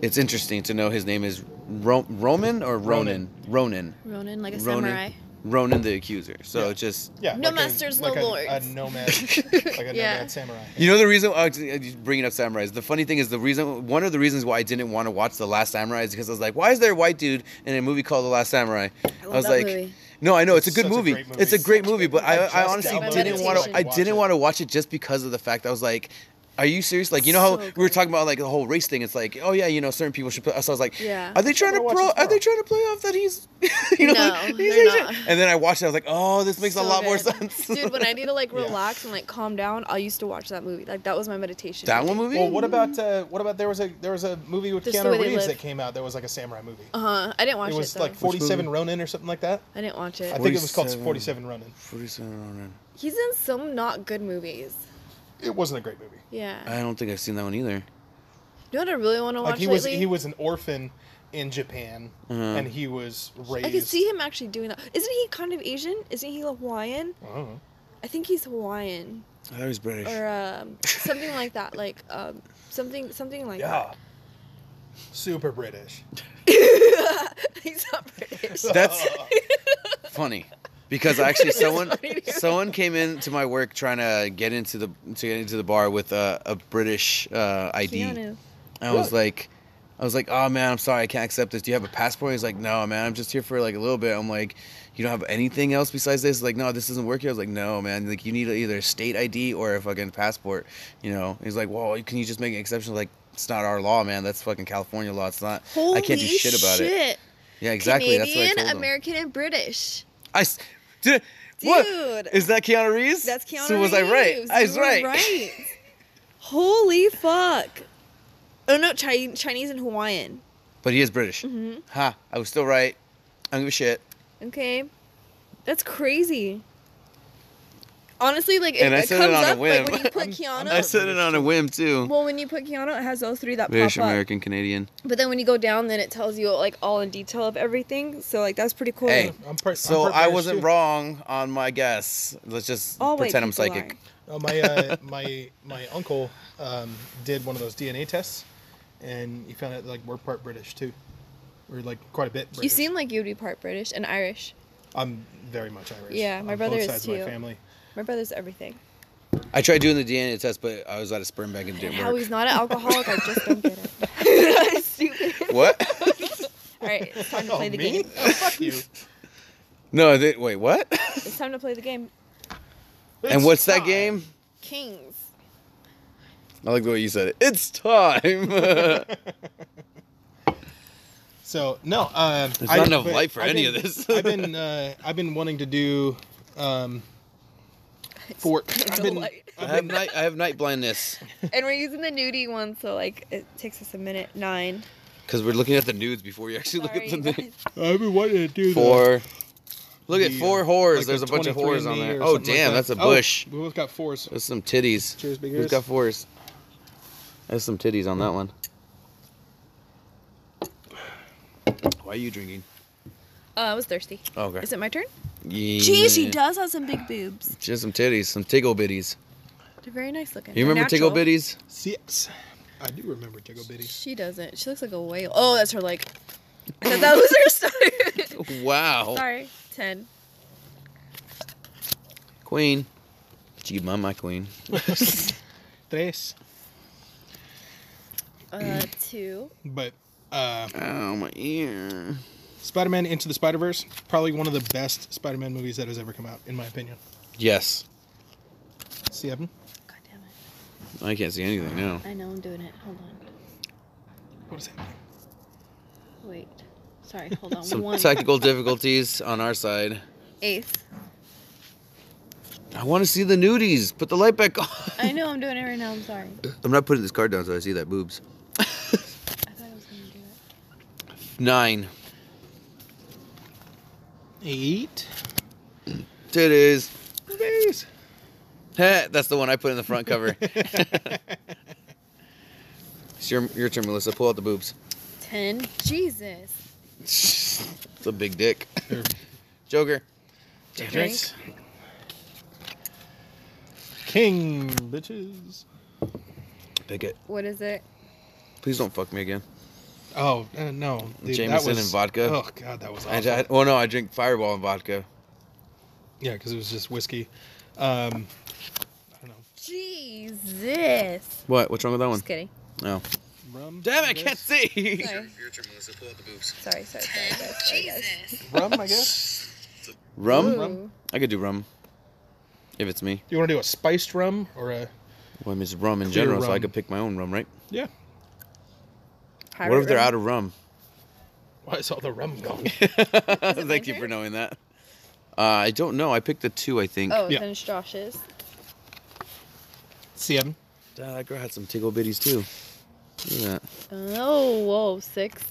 Speaker 3: it's interesting to know his name is Ro- Roman or Ronan. Ronan.
Speaker 2: Ronin, like a
Speaker 3: Ronin.
Speaker 2: samurai.
Speaker 3: Ronin the Accuser. So
Speaker 1: Yeah.
Speaker 3: it's just
Speaker 1: Yeah.
Speaker 2: No
Speaker 1: a-
Speaker 2: masters, no
Speaker 1: like a, A
Speaker 2: lords.
Speaker 1: nomad, like a
Speaker 2: Yeah.
Speaker 1: nomad samurai.
Speaker 3: You know the reason? Uh, you bringing up samurais. The funny thing is the reason. One of the reasons why I didn't want to watch The Last Samurai is because I was like, why is there a white dude in a movie called The Last Samurai? I,
Speaker 2: love
Speaker 3: was
Speaker 2: that
Speaker 3: like,
Speaker 2: movie.
Speaker 3: no, I know it's,
Speaker 1: It's
Speaker 3: a good
Speaker 1: such a
Speaker 3: movie.
Speaker 1: great movie.
Speaker 3: It's a great
Speaker 1: Such a
Speaker 3: movely,
Speaker 1: good
Speaker 3: but I,
Speaker 1: movie. I
Speaker 3: I
Speaker 1: just
Speaker 3: honestly
Speaker 2: downloaded
Speaker 3: didn't
Speaker 2: it.
Speaker 3: want
Speaker 2: Watch
Speaker 3: to. I
Speaker 1: it.
Speaker 3: didn't want to watch it just because of the fact I was like, are you serious? Like, you know
Speaker 2: So
Speaker 3: how we were
Speaker 2: good.
Speaker 3: talking about like the whole race thing. It's like, oh yeah, you know, certain people should. Play. So I was like,
Speaker 2: Yeah.
Speaker 3: are they trying to
Speaker 1: gonna watch
Speaker 3: pro?
Speaker 1: it
Speaker 3: Are they
Speaker 1: tomorrow.
Speaker 3: trying to play off that he's, you know,
Speaker 2: No,
Speaker 3: he's
Speaker 2: they're
Speaker 3: Asian?
Speaker 2: not.
Speaker 3: And then I watched it. I was like, oh, this makes a
Speaker 2: So
Speaker 3: lot more
Speaker 2: good.
Speaker 3: sense.
Speaker 2: Dude, when I need to like
Speaker 1: Yeah.
Speaker 2: relax and like calm down, I used to watch that movie. Like that was my meditation.
Speaker 3: that one movie.
Speaker 1: Well, what about uh, what about there was a there was a movie with
Speaker 2: Just the way
Speaker 1: Keanu
Speaker 2: they
Speaker 1: Reeves
Speaker 2: live.
Speaker 1: that came out that was like a samurai movie.
Speaker 2: Uh huh. I didn't watch
Speaker 1: it
Speaker 2: it.
Speaker 1: was
Speaker 2: though.
Speaker 1: like 47 Ronin or something like that.
Speaker 2: I didn't watch
Speaker 1: I
Speaker 2: it.
Speaker 1: think it was called
Speaker 3: 47.
Speaker 1: 47 Ronin.
Speaker 3: Forty-seven Ronin.
Speaker 2: He's in some not good movies.
Speaker 1: It wasn't a great movie.
Speaker 2: Yeah.
Speaker 3: I don't think I've seen that one either.
Speaker 2: you know what I really want to watch
Speaker 1: Uh, Like he was
Speaker 2: lately?
Speaker 1: he was an orphan in Japan
Speaker 3: Uh-huh.
Speaker 1: and he was raised.
Speaker 2: I could see him actually doing that. Isn't he kind of Asian? Isn't he Hawaiian?
Speaker 1: I don't know.
Speaker 2: I think he's Hawaiian
Speaker 3: I thought he was British.
Speaker 2: or um, something like that. Like um, something something like
Speaker 1: Yeah. Super British.
Speaker 2: that. he's not British.
Speaker 3: That's funny. Because actually, someone
Speaker 2: funny to me.
Speaker 3: someone came into my work trying to get into the to get into the bar with a, a British uh, ID.
Speaker 2: Keanu.
Speaker 3: I was like, I was like, oh man, I'm sorry, I can't accept this. Do you have a passport? He's like, no, man, I'm just here for like a little bit. I'm like, you don't have anything else besides this? Like, no, this doesn't work here. I was like, no, man, like you need either a state ID or a fucking passport. You know? He's like, well, can you just make an exception? Like, it's not our law, man. That's fucking California law. It's not. I can't
Speaker 2: Holy
Speaker 3: do shit about it.
Speaker 2: shit.
Speaker 3: Yeah, exactly.
Speaker 2: Canadian,
Speaker 3: that's what I told him.
Speaker 2: American, and British.
Speaker 3: I s- dude, what?
Speaker 2: Dude.
Speaker 3: Is that Keanu Reeves?
Speaker 2: That's Keanu
Speaker 3: So was I right?
Speaker 2: Reeves.
Speaker 3: I
Speaker 2: You
Speaker 3: was
Speaker 2: were
Speaker 3: right.
Speaker 2: Holy fuck. Oh no, Chi- Chinese and Hawaiian.
Speaker 3: But he is British.
Speaker 2: Mm-hmm.
Speaker 3: Ha! I was still right. I don't give a shit.
Speaker 2: Okay, that's crazy. Honestly, like it,
Speaker 3: And I
Speaker 2: it
Speaker 3: said it
Speaker 2: comes
Speaker 3: on a
Speaker 2: up
Speaker 3: whim.
Speaker 2: like when you put Keanu.
Speaker 3: I said it on a whim too.
Speaker 2: well, when you put Keanu, it has those three that
Speaker 3: British
Speaker 2: pop up.
Speaker 3: American Canadian.
Speaker 2: But then when you go down, then it tells you like all in detail of everything. So like that's pretty cool.
Speaker 3: Hey,
Speaker 1: I'm per- I'm
Speaker 3: so
Speaker 1: per
Speaker 3: I
Speaker 1: British,
Speaker 3: wasn't
Speaker 1: too.
Speaker 3: wrong on my guess. Let's just
Speaker 2: all white
Speaker 3: pretend I'm
Speaker 2: people
Speaker 3: psychic.
Speaker 1: Uh, my uh, my my uncle um, did one of those DNA tests, and he found out like we're part British too, or like quite a bit.
Speaker 2: are.
Speaker 1: British.
Speaker 2: You seem like you'd be part British and Irish.
Speaker 1: I'm very much Irish.
Speaker 2: Yeah, my
Speaker 1: on
Speaker 2: brother
Speaker 1: both
Speaker 2: is
Speaker 1: sides
Speaker 2: too.
Speaker 1: Of my family.
Speaker 2: My brother's everything.
Speaker 3: I tried doing the DNA test, but I was out of sperm bank and it
Speaker 2: And
Speaker 3: didn't
Speaker 2: how
Speaker 3: work.
Speaker 2: he's not an alcoholic, I just don't get it. Stupid.
Speaker 3: What?
Speaker 2: All right, it's time to
Speaker 1: Oh,
Speaker 2: play the
Speaker 1: me?
Speaker 2: game.
Speaker 1: Oh, fuck you.
Speaker 3: No, they, wait, what?
Speaker 2: It's time to play the game.
Speaker 3: and what's that
Speaker 1: time.
Speaker 3: game?
Speaker 2: Kings.
Speaker 3: I like the way you said it. It's time. it's
Speaker 1: So no, um,
Speaker 3: There's
Speaker 1: I-
Speaker 3: not enough
Speaker 1: but
Speaker 3: light for
Speaker 1: I've
Speaker 3: any
Speaker 1: been-
Speaker 3: of this.
Speaker 1: I've been uh, I've been wanting to do um, for I've
Speaker 2: No
Speaker 1: been,
Speaker 2: light.
Speaker 3: I have night. I have night blindness
Speaker 2: And we're using the nudie one, so like it takes us a minute nine.
Speaker 3: because we're looking at the nudes before you actually
Speaker 2: Sorry,
Speaker 3: look at the
Speaker 2: guys.
Speaker 3: nudes.
Speaker 1: I've been wanting to do the-
Speaker 3: Four. Look at
Speaker 1: the,
Speaker 3: four
Speaker 1: uh,
Speaker 3: whores.
Speaker 1: like the
Speaker 3: There's a bunch of whores on
Speaker 1: 23andMe
Speaker 3: there.
Speaker 1: or
Speaker 3: Oh
Speaker 1: something like
Speaker 3: damn,
Speaker 1: that.
Speaker 3: that's a
Speaker 1: Oh,
Speaker 3: bush.
Speaker 1: we both got fours.
Speaker 3: There's some titties.
Speaker 1: Cheers, big
Speaker 3: Who's
Speaker 1: ears.
Speaker 3: got fours? There's some titties on that one. Why are you drinking?
Speaker 2: Uh, I was thirsty.
Speaker 3: Oh, okay.
Speaker 2: Is it my turn?
Speaker 3: Yeah.
Speaker 2: Geez, she does have some big boobs.
Speaker 3: She has some titties, some tickle bitties.
Speaker 2: They're very nice looking.
Speaker 3: You
Speaker 2: They're
Speaker 3: remember tickle
Speaker 2: natural.
Speaker 3: bitties?
Speaker 1: Yes, I do remember Jiggle Bitty.
Speaker 2: She doesn't. She looks like a whale. Oh, that's her like. I thought that was her stomach.
Speaker 3: Wow.
Speaker 2: Sorry. Ten.
Speaker 3: Queen. Gee, my my queen.
Speaker 1: Tres,
Speaker 2: Uh, two.
Speaker 1: but uh,
Speaker 3: Oh my ear.
Speaker 1: Spider-Man Into the Spider-Verse probably one of the best Spider-Man movies that has ever come out, in my opinion.
Speaker 3: Yes.
Speaker 1: See, Evan?
Speaker 2: God damn it.
Speaker 3: I can't see anything now.
Speaker 2: I know I'm doing it. Hold on.
Speaker 1: What is happening?
Speaker 2: Wait. Sorry. Hold on.
Speaker 3: Some
Speaker 2: One.
Speaker 3: technical difficulties on our side.
Speaker 2: Eighth.
Speaker 3: I want to see the nudies. Put the light back on.
Speaker 2: I know I'm doing it right now. I'm sorry.
Speaker 3: I'm not putting this card down so I see that boobs.
Speaker 2: I thought I was gonna do it.
Speaker 3: Nine.
Speaker 1: Eight.
Speaker 3: Titties.
Speaker 1: Titties.
Speaker 3: Heh, That's the one I put in the front cover. it's your, your turn, Melissa. Pull out the boobs.
Speaker 2: Ten. Jesus.
Speaker 3: It's a big dick.
Speaker 1: Here.
Speaker 3: Joker.
Speaker 1: Drinks. King bitches.
Speaker 3: Pick it.
Speaker 2: What is it?
Speaker 3: Please don't fuck me again.
Speaker 1: Oh uh, no, dude, that
Speaker 3: Jameson
Speaker 1: was-
Speaker 3: and vodka.
Speaker 1: Oh god, that was
Speaker 3: I,
Speaker 1: awful.
Speaker 3: I, well, no, I drink Fireball and vodka.
Speaker 1: Yeah, because it was just whiskey. Um, I don't know.
Speaker 2: Jesus.
Speaker 3: What? What's wrong with that one?
Speaker 2: Just kidding.
Speaker 3: No.
Speaker 1: Rum.
Speaker 3: Damn it! I
Speaker 1: guess?
Speaker 3: can't see.
Speaker 2: Sorry,
Speaker 4: Your turn, Melissa. Pull out the boobs.
Speaker 2: sorry, sorry, sorry, guys. Sorry, guys.
Speaker 5: Jesus.
Speaker 1: Rum, I guess.
Speaker 3: Rum?
Speaker 2: Ooh.
Speaker 3: I could do rum. If it's me.
Speaker 1: Do you want to do a spiced rum or a?
Speaker 3: Well, I mean, it's rum in
Speaker 1: Clear
Speaker 3: general, so I
Speaker 1: rum.
Speaker 3: could pick my own rum, right?
Speaker 1: Yeah.
Speaker 2: Pirate
Speaker 3: what if they're
Speaker 2: rum.
Speaker 3: out of rum?
Speaker 1: Why is all the rum gone?
Speaker 3: Thank you for knowing that. Uh, I don't know. I picked the two, I think.
Speaker 2: Oh,
Speaker 1: Yeah.
Speaker 2: then it's Josh's.
Speaker 1: Seven.
Speaker 3: Damn, that girl had some tickle bitties, too. Look at that.
Speaker 2: Oh, whoa, six.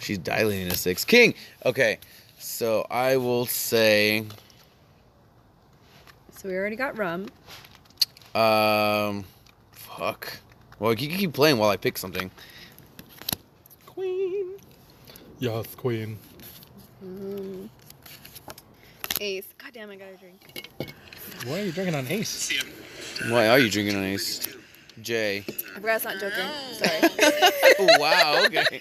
Speaker 3: She's dilating a six. King! Okay. So I will say.
Speaker 2: So we already got rum.
Speaker 3: Um, fuck. Well, you can keep playing while I pick something.
Speaker 1: Queen. Yes, queen.
Speaker 2: Ace. God damn, I got a drink.
Speaker 1: Why are you drinking on Ace?
Speaker 4: See him.
Speaker 3: Why are you drinking an ace? Jay.
Speaker 2: I forgot it's not joking. Sorry.
Speaker 3: Oh, wow. Okay.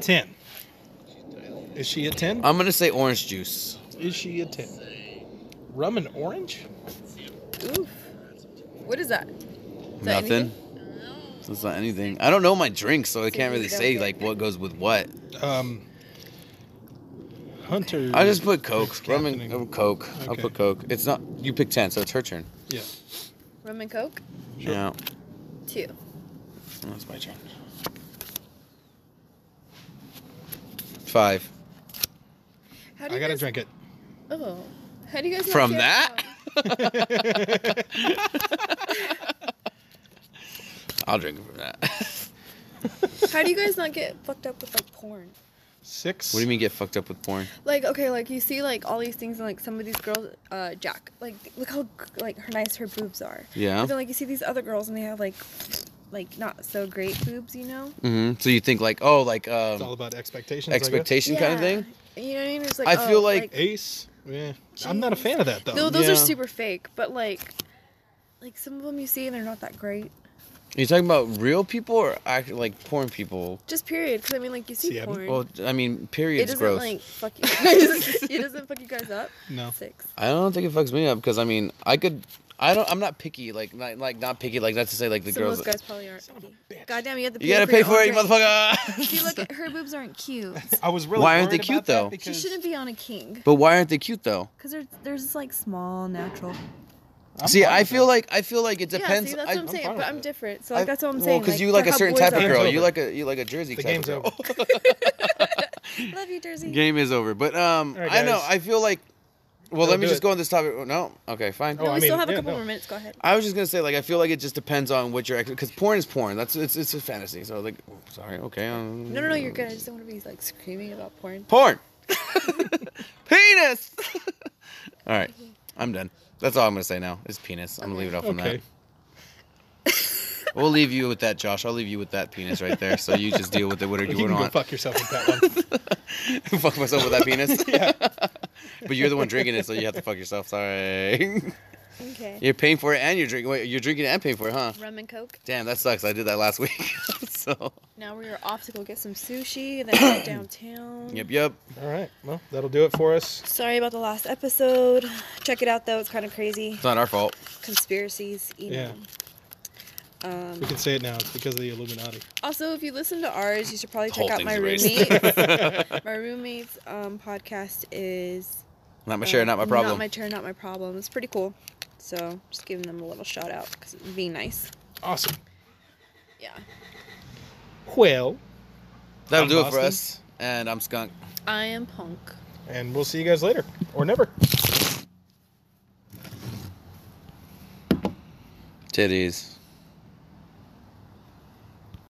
Speaker 1: Ten. Is she a ten?
Speaker 3: I'm going to say orange juice.
Speaker 1: Is she a ten? Rum and orange?
Speaker 2: Oof. What is that? Is that
Speaker 3: Nothing.
Speaker 2: anything?
Speaker 3: That's not anything. I don't know my drinks, so
Speaker 2: So
Speaker 3: I can't
Speaker 2: you
Speaker 3: really
Speaker 2: don't
Speaker 3: say
Speaker 2: get-
Speaker 3: like what goes with what.
Speaker 1: Um. Hunter.
Speaker 3: I just put Coke,
Speaker 1: It's
Speaker 3: rum and
Speaker 1: happening.
Speaker 3: uh, Coke. I'll
Speaker 1: Okay.
Speaker 3: put Coke. It's not. You pick ten, so it's her turn.
Speaker 1: Yeah.
Speaker 2: Rum and Coke?
Speaker 1: Sure.
Speaker 3: Yeah,
Speaker 2: Two.
Speaker 3: that's my turn. Five.
Speaker 2: How do
Speaker 1: I
Speaker 2: you
Speaker 1: gotta
Speaker 2: guys-
Speaker 1: drink it.
Speaker 2: Oh. How do you guys not
Speaker 3: From
Speaker 2: get
Speaker 3: that?
Speaker 2: along?
Speaker 3: I'll drink it from that. what
Speaker 2: How do you guys not get fucked up with like porn?
Speaker 1: Six.
Speaker 3: do you mean get fucked up with porn?
Speaker 2: Like okay, like you see like all these things and like some of these girls, uh, Jack, like look how like her nice her boobs are.
Speaker 3: Yeah.
Speaker 2: But then like you see these other girls and they have like, like not so great boobs, you know?
Speaker 3: hmm So you think like oh like
Speaker 1: It's all
Speaker 3: um,
Speaker 1: about expectations. I guess.
Speaker 3: expectation kind of
Speaker 2: Yeah.
Speaker 3: thing?
Speaker 2: You know what I mean? It's like
Speaker 3: I feel
Speaker 2: oh,
Speaker 3: like-
Speaker 1: Ace. Yeah. I'm not a fan of that though.
Speaker 2: no, those are
Speaker 3: yeah.
Speaker 2: super fake. But like, like some of them you see and they're not that great.
Speaker 3: Are you talking about real people or act like porn people?
Speaker 2: Just period, because I mean like you see
Speaker 1: See, I mean-
Speaker 2: porn.
Speaker 3: Well, I mean,
Speaker 2: it
Speaker 3: period's
Speaker 2: doesn't
Speaker 3: gross.
Speaker 2: like fuck you guys. it doesn't fuck you guys up.
Speaker 1: No.
Speaker 2: Six.
Speaker 3: I don't think it fucks me up because I mean I could I don't I'm not picky like not, like not picky like not to say like the
Speaker 2: Some of
Speaker 3: girls
Speaker 2: those guys probably aren't.
Speaker 1: Son of a bitch.
Speaker 2: God damn, you have to.
Speaker 3: you gotta pay for it you motherfucker
Speaker 2: See, look, at- her boobs aren't cute.
Speaker 1: I was really.
Speaker 3: Why aren't
Speaker 1: worried
Speaker 3: they cute,
Speaker 1: about that
Speaker 3: though?
Speaker 2: She
Speaker 1: because
Speaker 2: shouldn't be on a king.
Speaker 3: but why aren't they cute though
Speaker 2: Cause they're they're just like small, natural.
Speaker 1: I'm
Speaker 3: see
Speaker 1: fine
Speaker 3: I
Speaker 1: with
Speaker 3: feel
Speaker 1: that.
Speaker 3: like I feel like it
Speaker 2: Yeah,
Speaker 3: depends
Speaker 2: see, that's
Speaker 3: I,
Speaker 2: what I'm saying.
Speaker 1: fine
Speaker 2: but
Speaker 1: with
Speaker 2: I'm
Speaker 1: it.
Speaker 2: different, so like that's what I'm
Speaker 3: well
Speaker 2: saying.
Speaker 3: because you
Speaker 2: for
Speaker 3: like a
Speaker 2: how
Speaker 3: certain
Speaker 2: boys
Speaker 3: type of
Speaker 2: are.
Speaker 1: Game's
Speaker 3: girl
Speaker 1: over.
Speaker 3: you like a you like a Jersey
Speaker 1: The
Speaker 3: type
Speaker 1: game's
Speaker 3: of
Speaker 1: over.
Speaker 3: girl
Speaker 2: Love you, Jersey.
Speaker 3: game is over but um
Speaker 1: All right,
Speaker 3: I know
Speaker 1: guys.
Speaker 3: I feel like well
Speaker 1: No,
Speaker 3: let me
Speaker 1: do
Speaker 3: just
Speaker 1: it.
Speaker 3: go on this topic Oh, no okay fine
Speaker 2: No,
Speaker 1: Oh,
Speaker 2: we
Speaker 1: I
Speaker 2: still
Speaker 1: mean,
Speaker 2: have a
Speaker 1: yeah,
Speaker 2: couple
Speaker 1: no.
Speaker 2: more minutes. Go ahead.
Speaker 3: I was just gonna say, like, I feel like it just depends on what you're, because porn is porn. That's it's it's a fantasy. So like, oh, sorry, okay. Um,
Speaker 2: No, no, no, you're good. I just don't want to be like screaming about porn.
Speaker 3: Porn. penis. all right, I'm done. That's all I'm gonna say now. Is penis. I'm gonna leave it off on
Speaker 1: Okay.
Speaker 3: that. We'll leave you with that, Josh. I'll leave you with that penis right there. So you just deal with it whatever
Speaker 1: You,
Speaker 3: you,
Speaker 1: can go
Speaker 3: want.
Speaker 1: fuck yourself with that one.
Speaker 3: Fuck. myself with that penis. But you're the one drinking it, so you have to fuck yourself. Sorry.
Speaker 2: Okay.
Speaker 3: you're paying for it and you're drinking. Wait, you're drinking it and paying for it, huh?
Speaker 2: Rum and coke.
Speaker 3: Damn, that sucks. I did that last week. so.
Speaker 2: Now we're off to go get some sushi, then head downtown.
Speaker 3: Yep. Yep.
Speaker 1: All right. Well, that'll do it for us.
Speaker 2: Sorry about the last episode. Check it out though; it's kind of crazy.
Speaker 3: It's not our fault.
Speaker 2: Conspiracies, you
Speaker 1: Yeah.
Speaker 2: know. Um,
Speaker 1: We can say it now. It's because of the Illuminati.
Speaker 2: also, if you listen to ours, you should probably
Speaker 3: The whole
Speaker 2: check out
Speaker 3: thing's
Speaker 2: my
Speaker 3: erased.
Speaker 2: roommates. my roommates' um, podcast is
Speaker 3: Not my share.
Speaker 2: um,
Speaker 3: Not my problem.
Speaker 2: Not my chair, not my problem. It's pretty cool. So just giving them a little shout out because it'd be nice.
Speaker 1: Awesome.
Speaker 2: Yeah.
Speaker 1: Well.
Speaker 3: That'll
Speaker 1: I'm
Speaker 3: do it for
Speaker 1: Boston.
Speaker 3: us. And I'm Skunk.
Speaker 2: I am punk.
Speaker 1: And we'll see you guys later or never.
Speaker 3: Titties.